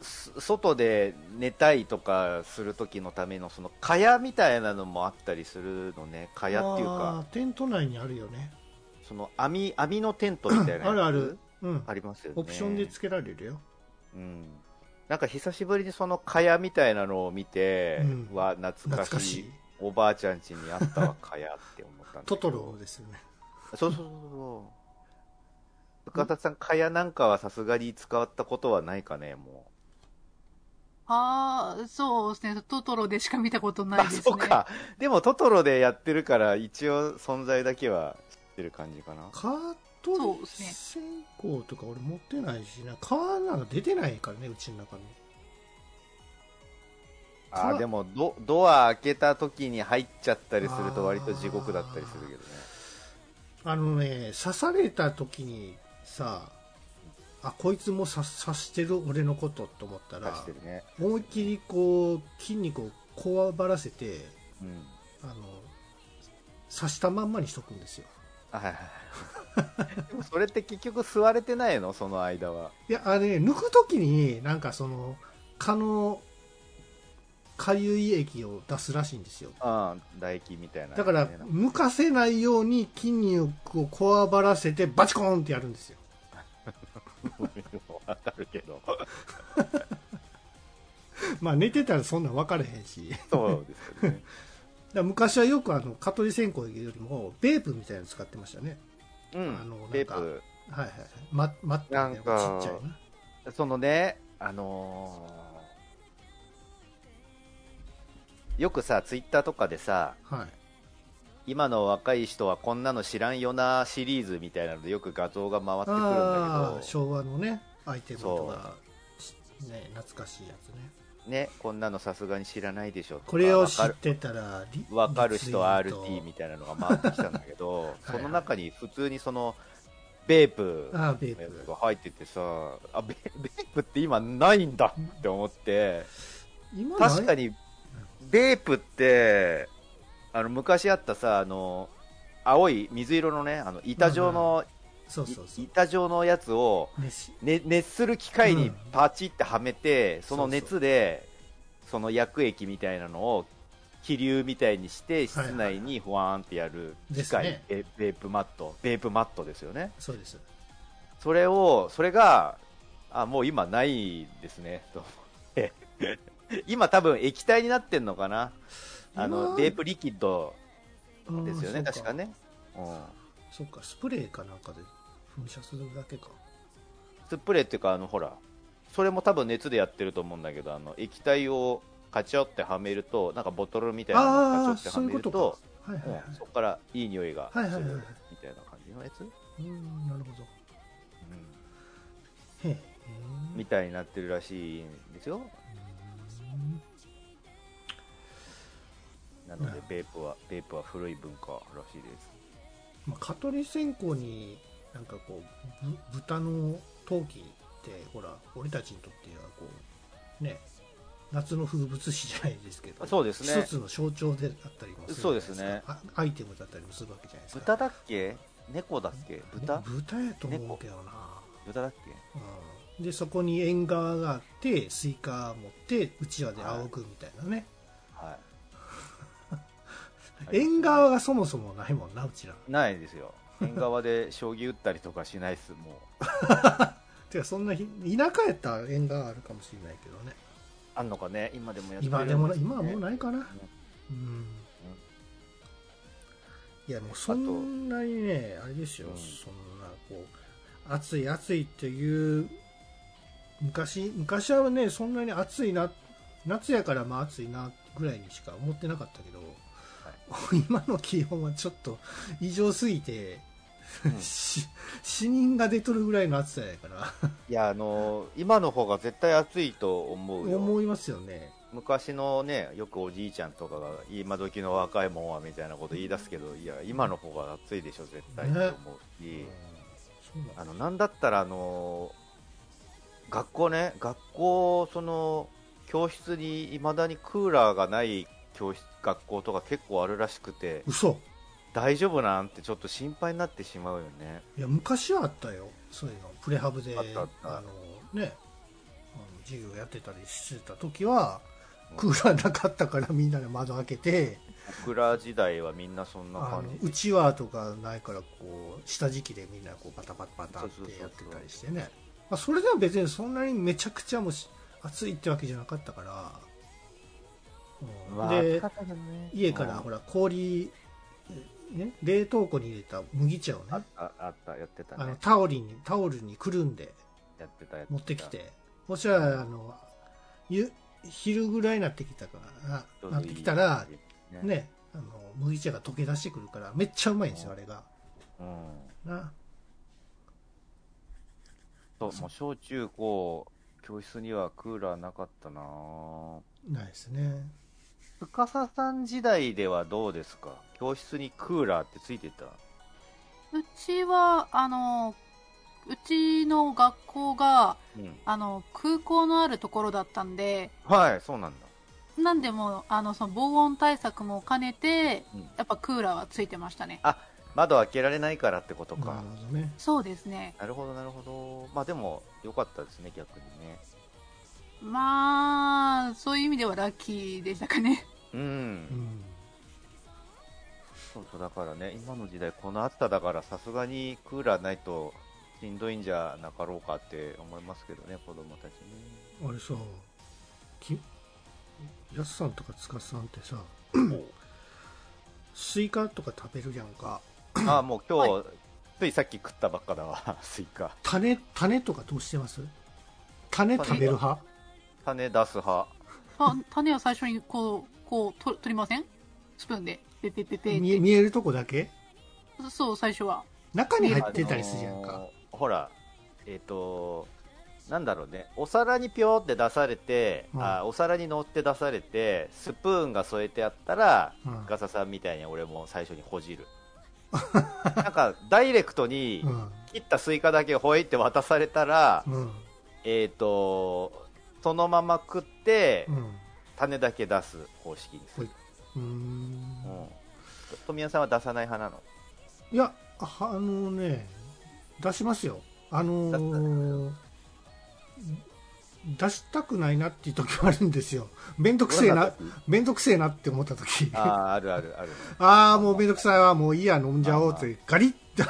S2: す外で寝たいとかする時のためのその蚊帳みたいなのもあったりするのね蚊
S1: い
S2: 帳っていう
S1: あー
S2: か
S1: テント内にあるよね
S2: その網網のテントみたいなやつ
S1: あるある、うん、
S2: ありますよね
S1: オプションで付けられるよ
S2: うん、なんか久しぶりにその蚊帳みたいなのを見て、
S1: うん
S2: は懐かしい
S1: 懐かしい
S2: おばあちゃん家にあったわ蚊帳って思ったんだけど
S1: トトロですよね
S2: そうそうそうそう深田さん蚊帳なんかはさすがに使ったことはないかねもう
S3: ああ、そうですね。トトロでしか見たことない
S2: あ
S3: ですね。
S2: そうかでもトトロでやってるから一応存在だけは知ってる感じかな
S1: カート
S3: そうですね
S1: 線香とか俺持ってないしなカーなんか出てないからねうちの中に
S2: あ
S1: か
S2: でもドドア開けた時に入っちゃったりすると割と地獄だったりするけどね
S1: あのね刺された時にさあこいつも刺刺してる俺のことと思った
S2: 出
S1: ら
S2: してるね
S1: 思いっきりこう筋肉をこわばらせて
S2: うん
S1: あの刺したまんまにしとくんですよ
S2: はいはいはい でもそれって結局吸われてないのその間はい
S1: やあれ、抜くときになんかその蚊のかゆい液を出すらしいんですよ
S2: ああ唾液みたいな、
S1: だ から抜かせないように筋肉をこわばらせてバチコーンってやるんですよ
S2: 当たるけど
S1: まあ寝てたらそんなん分からへんしだか
S2: そうですよね
S1: ら昔はよくあの蚊取り線香よりもベープみたいなの使ってましたね
S2: う
S1: あのなん
S2: ん
S1: か
S2: テープ
S1: はいはいはいまマットみたいな
S2: なんか
S1: ちっちゃいな
S2: そのねあのーよくさツイッターとかでさ
S1: はい
S2: 今の若い人はこんなの知らんよなシリーズみたいなのでよく画像が回ってくるん
S1: ああ
S2: だけど
S1: 昭和のねアイテムとかね懐かしいやつね
S2: ねこんなのさすがに知らないでしょとか
S1: これを
S2: わ
S1: 知
S2: か
S1: っ
S2: る
S1: てたらリ
S2: わかる
S1: リ
S2: 人
S1: ツイート
S2: RT みたいなのが回ってきたんだけ ど
S1: いはい
S2: その中に普通にそのベープ
S1: ああベー
S2: のやつ
S1: プ
S2: が入っててさあベベープって今ないんだって思って
S1: 今
S2: 確か
S1: に
S2: にベープってあの昔あったさあの青い水色のねあの板状の、
S1: そうそうそ
S2: いう板状のやつを、
S1: 飯
S2: ね、熱する機械
S1: う
S2: に
S1: ん
S2: パチってはめて、その
S1: そうそう
S2: 熱でその薬液みたいなのを気流みたいにして
S1: はい
S2: 室内にふわーんってやる機械、
S1: ですね
S2: ベベープマットベープマットですよね
S1: そうです
S2: それをそれがあもう今ないですねと思って今多分液体になってんのかなあ
S1: 今
S2: のベープリキッド
S1: うん
S2: ですよね
S1: そう
S2: 確かね、うん、
S1: そっかスプレーかなんかで噴射するだけか
S2: スプレーっていうかあのほらそれも多分熱でやってると思うんだけどあの液体をカチョってはめるとなんかボトルみたいなの
S1: あ
S2: を
S1: あ
S2: カチョって
S1: そ
S2: は
S1: ういう
S2: め
S1: こ
S2: ると
S1: とかはいはいはい
S2: うんそこからいい匂いがす
S1: はいはいはい
S2: る
S1: はい
S2: みたいな感じのやつ、
S1: うんなるほど
S2: うん
S1: へえ
S2: みたいになってるらしいんですよ
S1: うん
S2: なので
S1: うん
S2: ベープはベープは古い文化らしいです
S1: まあ、蚊取り線香になんかこうぶ豚の陶器ってほら俺たちにとってはこうね夏の風物詩じゃないですけど
S2: あそうですね
S1: 一つの象徴であったりもするじゃないか
S2: そうですね
S1: あアイテムだったりもするわけじゃないですか
S2: 豚だっけ猫だっけ豚
S1: ね豚やと思うけどな、
S2: 豚だっけ
S1: うん、でそこに縁側があってスイカ持ってうちわで仰ぐみたいなね、
S2: は
S1: 縁側がそもそもないもんなうちら
S2: いないですよ縁側で将棋打ったりとかしないっすもう
S1: てかそんなひ田舎やったら縁側あるかもしれないけどね
S2: あんのかね今でもやってる
S1: 今でもな
S2: よう
S1: 今はもう
S2: な
S1: ないかな、うんいやもうそんなにねあれですよ、
S2: うん
S1: そんなこう暑い暑いっていう昔昔はねそんなに暑いな夏やからまあ暑いなぐらいにしか思ってなかったけど、今の気温はちょっと異常すぎて、
S2: うん
S1: し死人が出とるぐらいの暑さやから
S2: いやあのー今の方が絶対暑いと思うよ
S1: 思いますよね
S2: 昔のねよくおじいちゃんとかが今時の若いもんはみたいなこと言い出すけどいや今の方が暑いでしょ絶対と思う
S1: う
S2: し、
S1: んそうなんです
S2: あのなんだったらあのー学校ね学校その教室にいまだにクーラーがない教室学校とか結構あるらしくて
S1: 嘘
S2: 大丈夫なんてちょっと心配になってしまうよね
S1: いや昔はあったよそういうのプレハブで
S2: あったあった
S1: のねあの授業やってたりしてた時はクーラーなかったからみんなで窓開けて
S2: 僕ら時代はみんなそんな
S1: あ
S2: 感
S1: の
S2: じ
S1: うちわとかないからこう下敷きでみんなこうバタバタバタっ
S2: そうそうそう
S1: て
S2: そう
S1: やってたりしてねまあそれでは別にそんなにめちゃくちゃもうし暑いってわけじゃなかったから、うん
S2: うわ
S1: で
S2: 暑かったけどね
S1: 家から
S2: うん
S1: ほら氷、ね、冷凍庫に入れた麦茶をね
S2: あああったやってた
S1: あの
S2: ね
S1: タオルにタオルにくるんで
S2: やってたや
S1: 持ってきてそしたらあのゆ昼ぐらいになってきたから
S2: ちょう
S1: なない
S2: ど
S1: っ
S2: い
S1: てきたら
S2: ね
S1: ねあの麦茶が溶け出してくるからめっちゃうまいんですよあれが
S2: うん
S1: な
S2: そうもう小中高教室にはクーラーなかったなぁ
S1: ないですね
S2: 深ささん時代ではどうですか教室にクーラーってついてた
S3: うちは、あの、うちの学校が、
S2: うん
S3: あの、空港のあるところだったんで、
S2: はいそうなんだ
S3: なんでもう、あの、その防音対策も兼ねて
S2: うん、
S3: やっぱクーラーはついてましたね。
S2: 窓開けられないからってことか、
S1: なるほどね
S3: そうですね。
S2: なるほどなるほどまあでも良かったですね逆にね
S3: まあ、そういう意味ではラッキーでしたかね。
S2: うん、
S1: うん
S2: そうそうだからね今の時代この暑さだからさすがにクーラーないとしんどいんじゃなかろうかって思いますけどね子供たちね
S1: あれさきやすさんとかつかさんってさスイカとか食べるやんか
S2: あもう今日、ついさっき食ったばっかだわスイカ
S1: 種種とかどうしてます種食べる派
S2: 種出す派
S3: あ種を最初にこう、こう、と取りませんスプーンで。ペペペペっ
S1: 見え
S3: て。
S1: 見えるとこだけ
S3: そう、最初は。
S1: 中に入ってたりするやんか、
S2: あのーほらえっ、となんだろうねお皿にピョーって出されて、
S1: うん
S2: あお皿に乗って出されてスプーンが添えてあったら、
S1: うん
S2: ガサさんみたいに俺も最初にほ じるなんかダイレクトに切ったスイカだけほいって渡されたら、
S1: うんうん
S2: えっ、とそのまま食って、
S1: うん
S2: 種だけ出す方式にする、
S1: うーん
S2: うん、富谷さんは出さない派なの
S1: いやああのね出しますよあのー出したくないなっていう時はあるんですよめんどくせえなめんどくせえなって思った時
S2: あああるあるある
S1: ああ、もうめんどくさいわ、もういいや、飲んじゃおうって、ガリッて、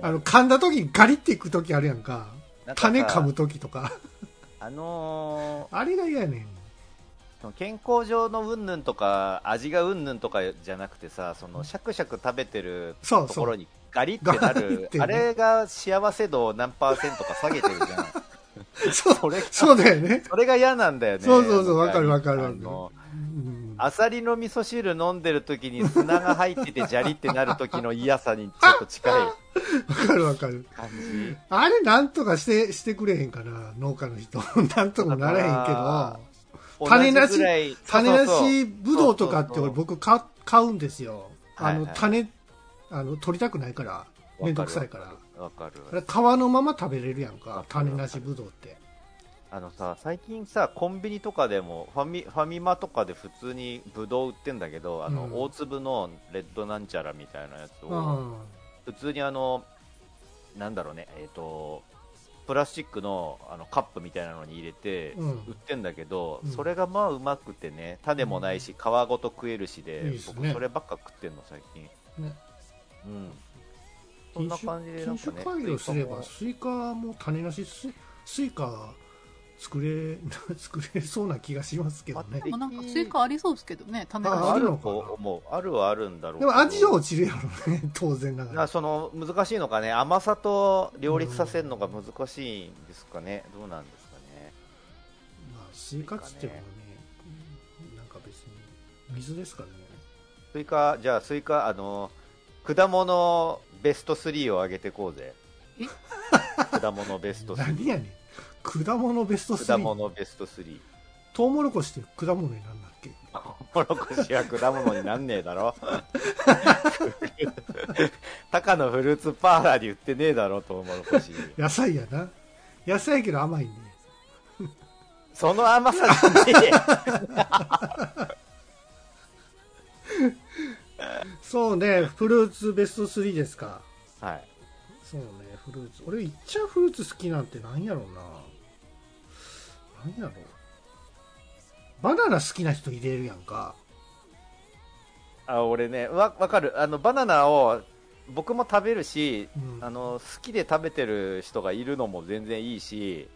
S1: あの、噛んだ時にガリッていく時あるやんか。
S2: なんかさ
S1: 種噛む時とか。
S2: あのー
S1: あれが嫌やねん。
S2: その健康上の云々とか味が云々とかじゃなくてさそのシャクシャク食べてる
S1: そう
S2: と
S1: そ
S2: ころ
S1: う。
S2: にガリってな
S1: ガリっ
S2: る
S1: てね
S2: あれが幸せ度を何パーセントか下げてるじゃん
S1: そう、
S2: それが
S1: そうだよね。
S2: それが嫌なんだよね
S1: そうそうそう
S2: なん
S1: わかるわかる
S2: あ
S1: わかる
S2: の
S1: うん
S2: アサリの味噌汁飲んでる時に砂が入っててジャリってなる時の嫌さにちょっと近い
S1: わかるわかる。
S2: 感じ
S1: あれなんとかして、してくれへんかな、農家の人。 なんともならへんけ種なし
S2: 同じぐらい
S1: ど、種な
S2: そうそう
S1: しぶどうとかって
S2: そう
S1: 俺
S2: そうそう
S1: 僕買買うんですよ。あの、
S2: はいはい
S1: 種、あの、取りたくないから。めんどくさいから。
S2: わかる
S1: あれ皮のまま食べれるやん
S2: わ
S1: か
S2: か。る
S1: 種なしぶどうって。
S2: あのさ最近さコンビニとかでもファミファミマとかで普通にブドウ売ってんだけどあの、
S1: うん
S2: 大粒のレッドなんちゃらみたいなやつ
S1: う
S2: を、
S1: ん。
S2: 普通にあのなんだろうねえっ、とプラスチックのあのカップみたいなのに入れて
S1: うん
S2: 売ってんだけど、
S1: うん
S2: それがまあうまくてね種もないし皮ごと食えるしで、
S1: いいっすね
S2: 僕そればっか食ってんの最近、
S1: ね
S2: うんそんな感じでなん
S1: 品
S2: か
S1: 種
S2: ね
S1: 改良すれば
S2: ス
S1: スイカも種なしスイスイカ作れ 作れそうな気がしますけどね
S3: でもなんか追加ありそうですけどね、種
S2: イカも
S1: あ
S2: あ
S1: る
S2: る
S1: のか
S2: と思うあるはあるんだろうけ
S1: で
S2: ど
S1: も味は落ちるやろね当然なが
S2: な
S1: ら
S2: その難しいのかね甘さと両立させるのが難しいんですかね、どうなんですかね
S1: まあ、スイカっつってもねなんか別に水ですからね
S2: スイカじゃあスイカあの果物ベスト3を上げてこうぜ
S3: え
S2: 果物ベスト
S1: 何
S2: 3
S1: やねん果物ベスト
S2: 果
S1: 3
S2: 物ベスト3
S1: トウモロコシって果物になんだっけ
S2: トウモロコシは果物になんねえだろ 高のフルーツパーラーに売ってねえだろトウモロコシ
S1: 野菜やな野菜やけど甘いね
S4: その甘さじゃねえよ
S1: そうね、フルーツベスト3ですか。
S2: はい。
S1: そうね、フルーツ。俺、いっちゃんフルーツ好きなんてなんやろうな。なんやろう。バナナ好きな人入れるやんか。
S2: あ、俺ね、わ、わかる。あの、バナナを、僕も食べるし、
S1: うん
S2: あの好きで食べてる人がいるのも全然いいし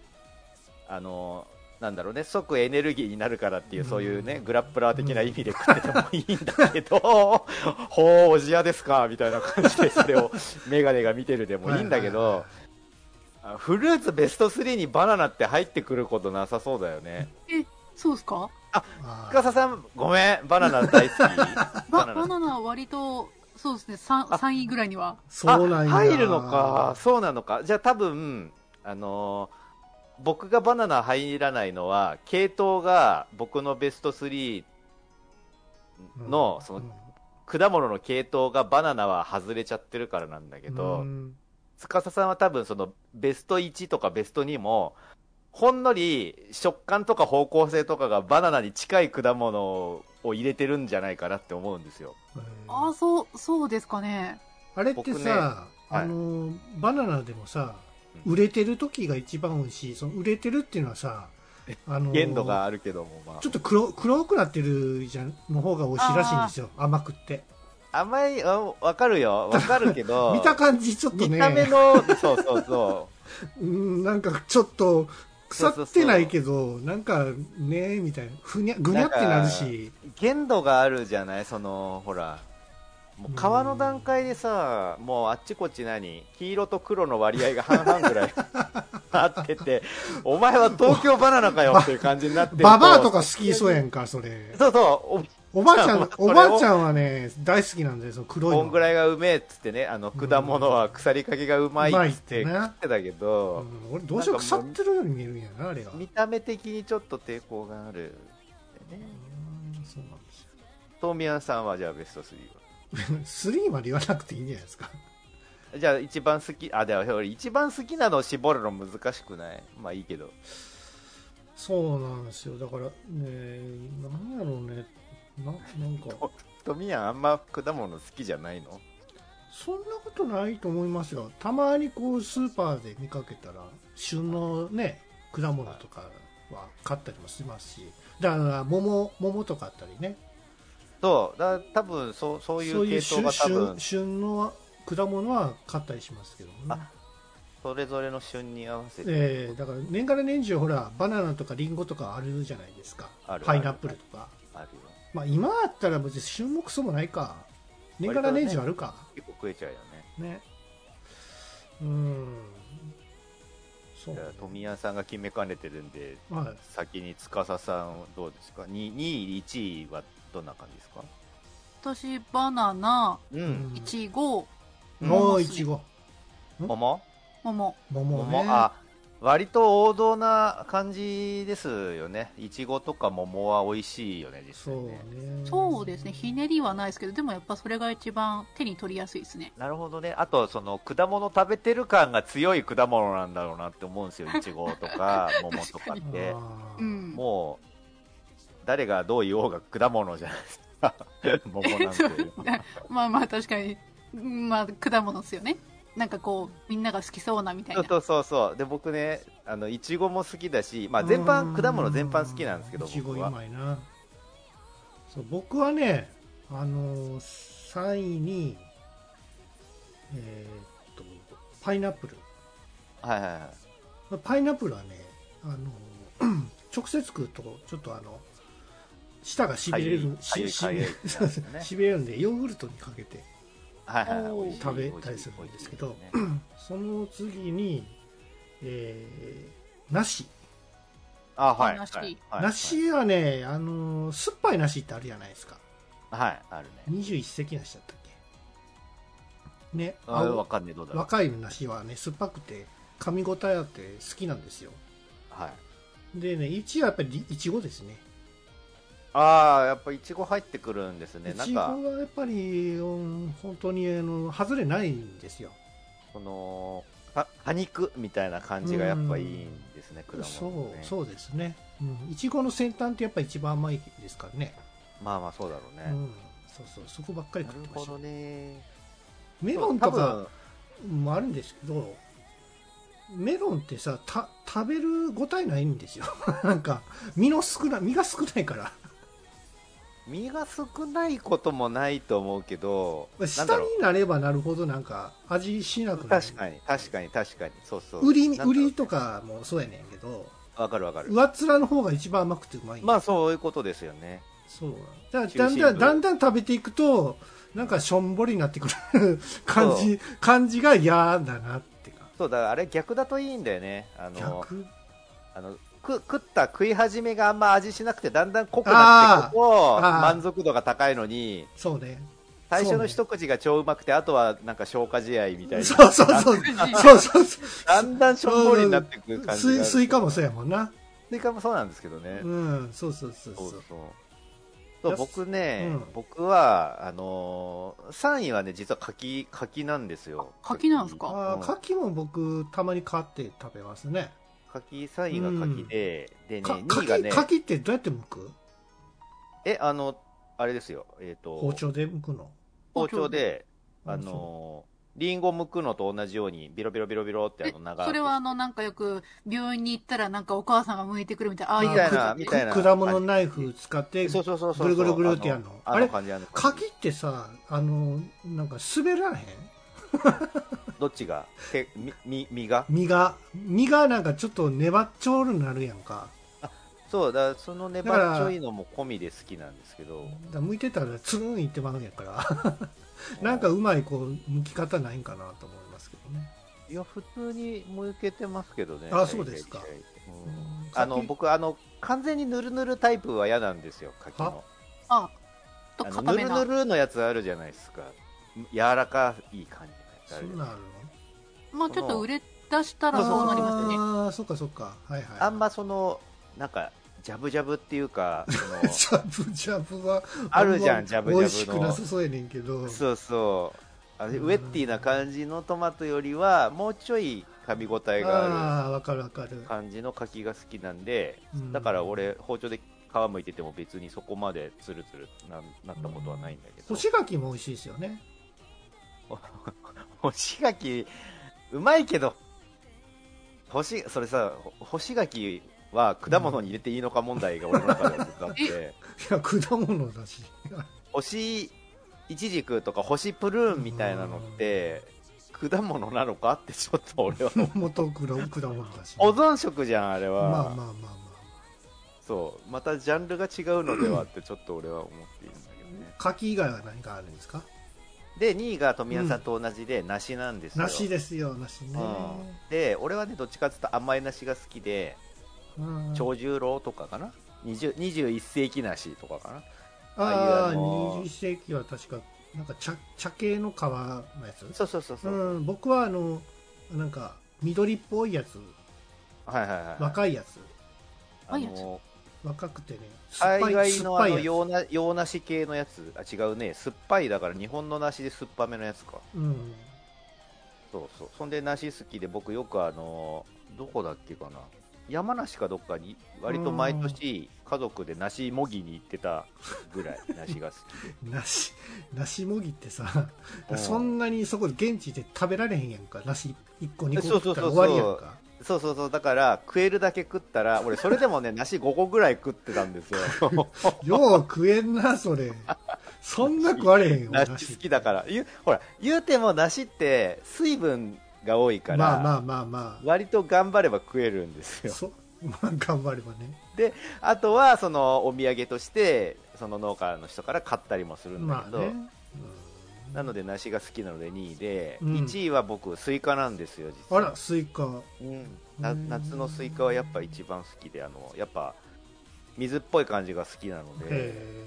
S2: あのなんだろうね即エネルギーになるからっていうそういうねグラップラー的な意味で食っててもいいんだけど ほうおじやですかみたいな感じでそれをメガネが見てるでもいいんだけ
S1: はいはい
S2: どあフルーツベスト3にバナナって入ってくることなさそうだよね
S3: そうですか
S1: あー
S2: 深さんごめんバナ ナ大好き
S3: バ
S2: バナナ
S3: バナナは割と、そうですね、三3位ぐらいには。
S1: そうなんや。
S2: あ入るのか。そうなのかじゃあ多分あのー僕がバナナ入らないのは系統が僕のベスト3
S1: うん
S2: のその果物の系統がバナナは外れちゃってるからなんだけど、
S1: うん
S2: 司さんは多分そのベスト1とかベスト2もほんのり食感とか方向性とかがバナナに近い果物を入れてるんじゃないかなって思うんですよ
S1: えー
S3: ああ、そう、そうですかね。
S1: あれって
S2: 僕ねは
S1: さ、あのーバナナでもさ、
S2: うん
S1: 売れてる時が一番美味しい。その売れてるっていうのはさ、あのー
S2: 限度があるけども、まあ
S1: ちょっと黒黒くなってるじゃんの方が美味しいらしいんですよ。甘くって。
S2: 甘いあわかるよわかるけど
S1: 見た感じ、ちょっと
S2: 見
S1: ね。
S2: た目の、そうそうそ
S1: うん、なんかちょっと腐ってないけど、なんかね、みたいな。ふにゃ、ぐにゃってなるし。
S2: う。限度があるじゃないその、ほら。もう皮の段階でさ、もうあっちこっち何黄色と黒の割合が半々 ぐらいあってて、お前は東京バナナかよっていう感じになってる
S1: ババアとか好きそうやんか、それ。
S2: そうそう、
S1: おばあちゃん、
S2: それを
S1: おばあちゃんはね、大好きなんだよ、その黒
S2: お
S1: いの。
S2: こんぐらいがうめえっつってね、あの、果物は腐りかけがうまいっつって
S1: うまいってね
S2: 食ってたけ
S1: う
S2: ど、
S1: ん俺、どうしよう腐ってるように見えるんやな、あれが。
S2: 見た目的にちょっと抵抗がある。ね、
S1: うんそうなんですよ。
S2: 東宮さんはじゃあベスト3は
S1: 3まで言わなくていいんじゃないですか。
S2: じゃあ一番好きあでも俺一番好きなのを絞るの難しくないまあいいけど
S1: そうなんですよ。だから、ね、なんやろうね。な、なんか、
S2: 富谷あんま果物好きじゃないの
S1: そんなことないと思いますよ。たまにこう、スーパーで見かけたら、旬のね、果物とかは買ったりもしますし、だから、桃、桃とかあったりね。
S2: そうだ多分そうそういう系統
S1: 旬、
S2: が多分
S1: 旬、旬の果物は買ったりしますけどもね。
S2: あそれぞれの旬に合わせて、
S1: えーだから年がら年中ほらバナナとかリンゴとかあるじゃないですか
S2: ある
S1: パイナップルとか
S2: あるよ
S1: まあ今あったら別に旬もクソもないか年がら年中あるか
S2: 結構食えちゃうよね
S1: ねうーんそう
S2: じゃあ富谷さんが決めかねてるんで
S1: はい
S2: 先に司さんどうですか 2, 2位1位はどんな感じですか
S3: 私、バナナ、
S2: う
S3: いちご、
S1: うんも
S3: 桃
S1: うい
S3: ですね
S1: ちご
S2: 桃
S3: 桃。
S1: 桃ね
S2: 桃あ割と王道な感じですよねいちごとか桃は美味しいよね実際
S1: そう
S2: ね
S1: ね
S3: そうですね、ひねりはないですけど、でもやっぱそれが一番手に取りやすいですね。
S2: なるほどねあとその果物食べてる感が強い果物なんだろうなって思う んですよいちごとか桃とかって
S1: あー
S3: うん。
S2: もう誰がどう言おうが果物じゃないですか 桃なんていうのは
S3: まあまあ確かに、うんまあ果物ですよね。なんかこう、みんなが好きそうなみたい
S2: そ
S3: な
S2: う。そうそうそうで僕ねあのいちごも好きだし、まあ、全
S1: う
S2: 般
S1: ん
S2: 果物全般好きなんですけど
S1: いちご
S2: 僕
S1: う
S2: は
S1: まいなそう僕はねあのー、3位にえーっとパイナップル
S2: はいはいはい
S1: パイナップルはねあの ー直接食うとちょっとあの舌がしびれる
S2: かゆい
S1: し
S2: かゆ い
S1: しび
S2: かゆいってなるんですよね
S1: しびれるんでヨーグルトにかけて
S2: はいはいはい
S3: おー
S2: 美味しい
S1: 食べたりするんですけど
S2: 美味しい美味しいですね
S1: その次にえー、梨
S2: あはい
S3: 梨
S2: はいはい
S1: 梨はね、あのー酸っぱい梨ってあるじゃないですか
S2: はいあるね
S1: 21世紀梨だったっけね
S2: あ
S1: 青
S2: わかんねえどうだろう
S1: 若い梨はね酸っぱくて噛み応えあって好きなんですよ
S2: はい
S1: でね1位はやっぱりいちごですね
S2: ああやっぱいちご入ってくるんですね
S1: い
S2: なん
S1: ちご
S2: か
S1: はやっぱり、うん本当にあの外れないんですよ
S2: そのぱ果肉みたいな感じがやっぱいいんですね、果
S1: そ
S2: 物のね
S1: うそうですねうんいちごの先端ってやっぱ一番甘いですからね
S2: まあまあそうだろう
S1: う
S2: ね、
S1: んそうそうそこばっかり
S2: な
S1: 食っ
S2: る
S1: てま
S2: ほ
S1: した
S2: どね
S1: メロンとかもあるんですけどメロンってさた食べるごたえないんですよ なんか身の少な身が少ないから
S2: 身が少ないこともないと思うけどなんだ
S1: 下
S2: ろう
S1: になればなるほどなんか味しなくなる
S2: 確かに確かに確かにそうそう
S1: 売りに
S2: なんだ
S1: 売
S2: ろう
S1: りとかもそうやねんけど
S2: わかるわかる
S1: 上っ面の方が一番甘くてうまい
S2: まあそういうことですよね
S1: そうだ
S2: 中
S1: からだんだん
S2: 心部
S1: だんだん食べていくとなんかしょんぼりになってくる感じ感じが嫌だなってか
S2: そうだからあれ逆だといいんだよねあの
S1: 逆
S2: あのく食った食い始めがあんま味しなくてだんだん濃くなっていくと
S1: あー
S2: 満足度が高いのに
S1: そうね
S2: 最初の一口が超うまくてあとはなんか消化試合みたいな
S1: そうそうそうそうそうそう
S2: だんだんしょんぼりになっていく感じ
S1: ス
S2: が
S1: イスイカもそう
S2: う
S1: やもんな
S2: スイカもそうなんですけどね、
S1: うんそうそうそう
S2: そ
S1: そう
S2: うそうそう
S1: やす
S2: 僕ね、
S1: うん
S2: 僕はあのー、3位はね実は柿柿なんですよ
S3: 柿なんですか
S1: あ
S2: う
S1: あ
S2: ん
S1: 牡蠣も僕たまに買って食べますね
S2: 柿3位が柿で、でね
S1: か
S2: 2位
S1: 牡
S2: がね
S1: 蠣牡蠣ってどうやって剥く
S2: えあのあれですよえっ、と
S1: 包丁で剥くの
S2: 包丁で
S1: うん
S2: あのーリンゴ剥くのと同じようにビロビロビロビロってあ
S3: え
S2: の長く
S3: それはあのなんかよく病院に行ったらなんかお母さんが向いてくるみたいなああいう
S1: み
S2: たい
S3: や
S2: な
S3: つ
S2: みたいな
S1: く果物ナイフ使って
S2: そうそうそうそう
S1: ぐるぐるぐるってやんの
S2: あの
S1: あれ
S2: の感じあの感じ
S1: 柿ってさあのなんか滑らへん
S2: どっちが手みみ身が
S1: 身が身がなんかちょっと粘っちょるなるやんか
S2: そうだからその粘っちょいのも込みで好きなんですけど
S1: だから剥いてたらつるんいってまうんやから なんかうまいこう剥き方ないんかなと思いますけどね
S2: いや普通に向けてますけどね
S1: あそうですか
S2: うん
S1: うん
S2: あの
S1: 柿
S2: 僕あの完全にぬるぬるタイプは嫌なんですよ柿の
S1: は
S3: あと
S2: あの
S3: 固
S2: ぬ
S3: め
S2: るぬ
S3: な
S2: るのやつあるじゃないですか柔らかい感じの
S1: そ
S2: やつある
S1: んなんある
S3: まあちょっと売れ出したら
S1: の
S3: そうなりますね
S1: ああそっかそっかはいはい
S2: あんまそのなんかジャブジャブっていうか その
S1: ジャブジャブは
S2: あるじゃ
S1: あ
S2: ん
S1: ま
S2: ジャブ
S1: 美味
S2: ジ
S1: し
S2: ャ
S1: く
S2: ブ
S1: な
S2: の
S1: さそうやねんけど
S2: そうそうあれ
S1: うん
S2: ウエッティな感じのトマトよりはもうちょい噛み応えがあ
S1: ああわかるわかる
S2: る感じの柿が好きなんで
S1: うん
S2: だから俺包丁で皮むいてても別にそこまでツルツルななったことはないんだけど
S1: 干し柿も美味しいですよね
S2: 干し柿うまいけど干しそれさほ干し柿は果物に入れていいのか問題が俺の中ではずっ とあって
S1: いや果物だし
S2: 干しイチジクとか干しプルーンみたいなのって果物なのかってちょっと俺は
S1: 元果果物だし、
S2: 保存食じゃんあれ
S1: まあ
S2: は、
S1: まあまあま
S2: そうまたジャンルが違うのではってちょっと俺は思っているんだけどね
S1: あ柿以外は何かあるんですか
S2: で2位が富谷さんと同じで梨なんですよ、
S1: 梨ですよ梨ね
S2: うんで俺はねどっちかっていうと甘い梨が好きで
S1: うん
S2: 長十郎とかかな20 21世紀梨とかかなああ
S1: あ
S2: い
S1: あ
S2: うあの
S1: 20世紀は確かなんか茶茶系の皮のやつ
S2: そうそうそうそう、
S1: うん僕はあのなんか緑っぽいやつ
S2: はいはいはい
S1: 若いやつ
S2: あ
S3: あいい
S2: の
S1: 若くてね酸っぱ
S2: 海
S1: い
S2: 外
S1: 酸
S2: の
S1: っ
S2: あ
S1: ぱ
S2: の
S1: いや
S2: 洋な洋梨系のやつあ違うね酸っぱいだから日本の梨で酸っぱめのやつか
S1: つうん
S2: そうそうそんで梨好きで僕よくあのどこだっけかな山梨かどっかに割と毎年家族で梨もぎに行ってた ぐらい梨が好
S1: 梨梨もぎってさ
S2: きで
S1: そんなにそこで現地で食べられへんやんか梨1個2個
S2: そう
S1: 食っ
S2: そうそうそ
S1: た
S2: う
S1: ら終わりやんか
S2: そうそうそうだから食えるだけ食ったら俺それでもね梨5個ぐらい食ってたん ですよ
S1: よう食えんなそれそんな食われへんよ
S2: 梨好きだからゆほら言うても梨って水分が多いか
S1: ま
S2: ら、
S1: あまあまあま
S2: 割と頑張れば食えるんです
S1: あ
S2: よ
S1: そ まあ頑張ればね
S2: あとはそのお土産としてその農家の人から買ったりもするんだ
S1: ま
S2: け
S1: あ
S2: ど、
S1: ねうん
S2: なので梨が好きなので2位で、
S1: うん
S2: 1位は僕スイカなんですよ実
S1: あ
S2: は
S1: らスイカ
S2: うんな
S1: うん
S2: 夏のスイカはやっぱ一番好きであのやっぱ水っぽい感じが好きなの
S1: へ
S2: で
S1: え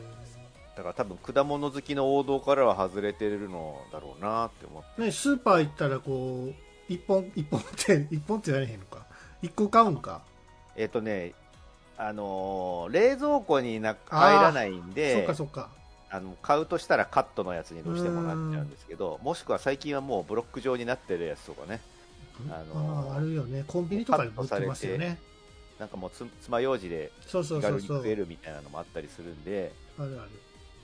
S2: だから多分果物好きの王道からは外れてるのだろうなって思って
S1: ねスーパー行ったらこう一本一本って 一本ってやれへんのか一個買うんか
S2: えっ、とねあのー冷蔵庫にな入らないん
S1: そっ
S2: で
S1: かそっか
S2: あの買うとしたらカットのやつにどうしてもなっちゃうんですけどもしくは最近はもうブロック状になってるやつとかねあ
S1: あ
S2: の
S1: ああるよねコンビニとかで売ってますよね
S2: なんかもうつ爪楊枝で
S1: そうそ
S2: 気
S1: うそ
S2: 軽
S1: う
S2: に
S1: そう
S2: 食えるみたいなのもあったりするんで
S1: あるある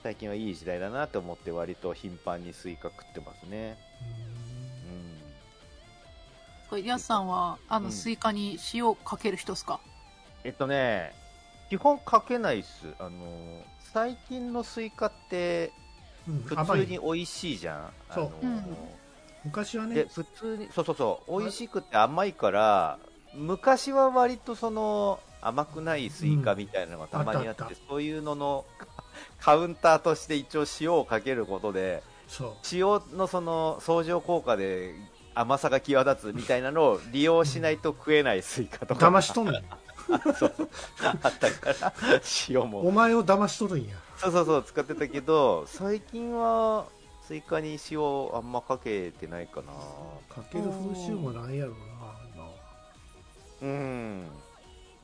S2: 最近はいい時代だなと思って割と頻繁にスイカ食ってますねうん
S3: これヤスさんはあ
S2: う
S3: の
S2: ん
S3: スイカに塩かける人ですか、
S2: えっとね基本かけないっすあの最近のスイカって
S1: うーん、うん、
S2: 普
S1: 甘
S2: 通
S1: い
S2: に
S1: ね
S2: 美味しいじゃんあ
S1: そう
S2: の、
S3: うん
S1: 昔は
S2: で
S1: ね
S2: 普通にそうそうそう美味しくて甘いから昔は割とその甘くないスイカみたいなのがたまにあって、
S1: うんあったあった
S2: そういうののカウンターとして一応塩をかけることで
S1: そ
S2: 塩のその相乗効果で甘さが際立つみたいなのを利用しないと食えないスイカ
S1: う
S2: とか
S1: 騙しとん ねん
S2: あったから 塩も
S1: お前を騙しとるんや
S2: そうそうそう使ってたけど最近はスイカに塩あんまかけてないかな
S1: かける風習もないやろうな今は
S2: うん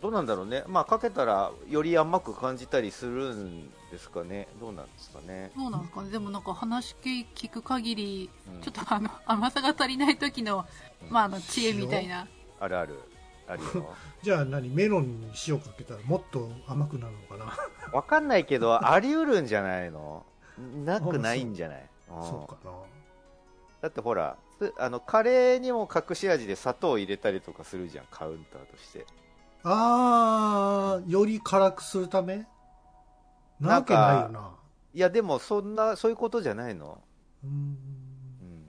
S2: どうなんだろうね、まあ、かけたらより甘く感じたりするんですかね、どうなんですかね、
S3: そうなんですかねでもなんか話聞く限り
S2: うん
S3: ちょっとあの甘さが足りない時のまああの知恵みたいな
S2: あるある、あるよ、
S1: じゃあ何メロンに塩かけたらもっと甘くなるのかな
S2: わかんないけど、あり得るんじゃないの、なくないんじゃない、うん
S1: そうかな
S2: だってほら、すあのカレーにも隠し味で砂糖入れたりとかするじゃん、カウンターとして。
S1: あーより辛くするためなわけないよな
S2: なんいや、でも、そんな、そういうことじゃないの、
S1: うー
S2: うんん、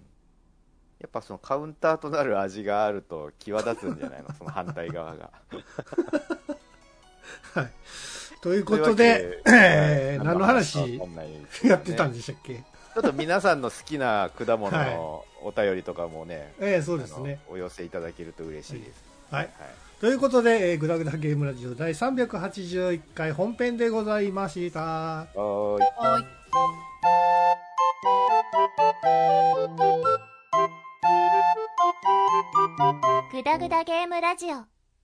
S2: やっぱそのカウンターとなる味があると際立つんじゃな いの、その反対側が。
S1: はいということで、えー何の話やってたん
S2: す
S1: でしたっけ
S2: ちょっと皆さんの好きな果物のお便りとかもね、
S1: えー、そうですね
S2: あのお寄せいただけると嬉しいです。
S1: はい
S2: はい
S1: ということで、えー、グダグダゲームラジオ第381回本編でございました。
S2: はーい
S3: はい
S5: グダグダゲームラジオ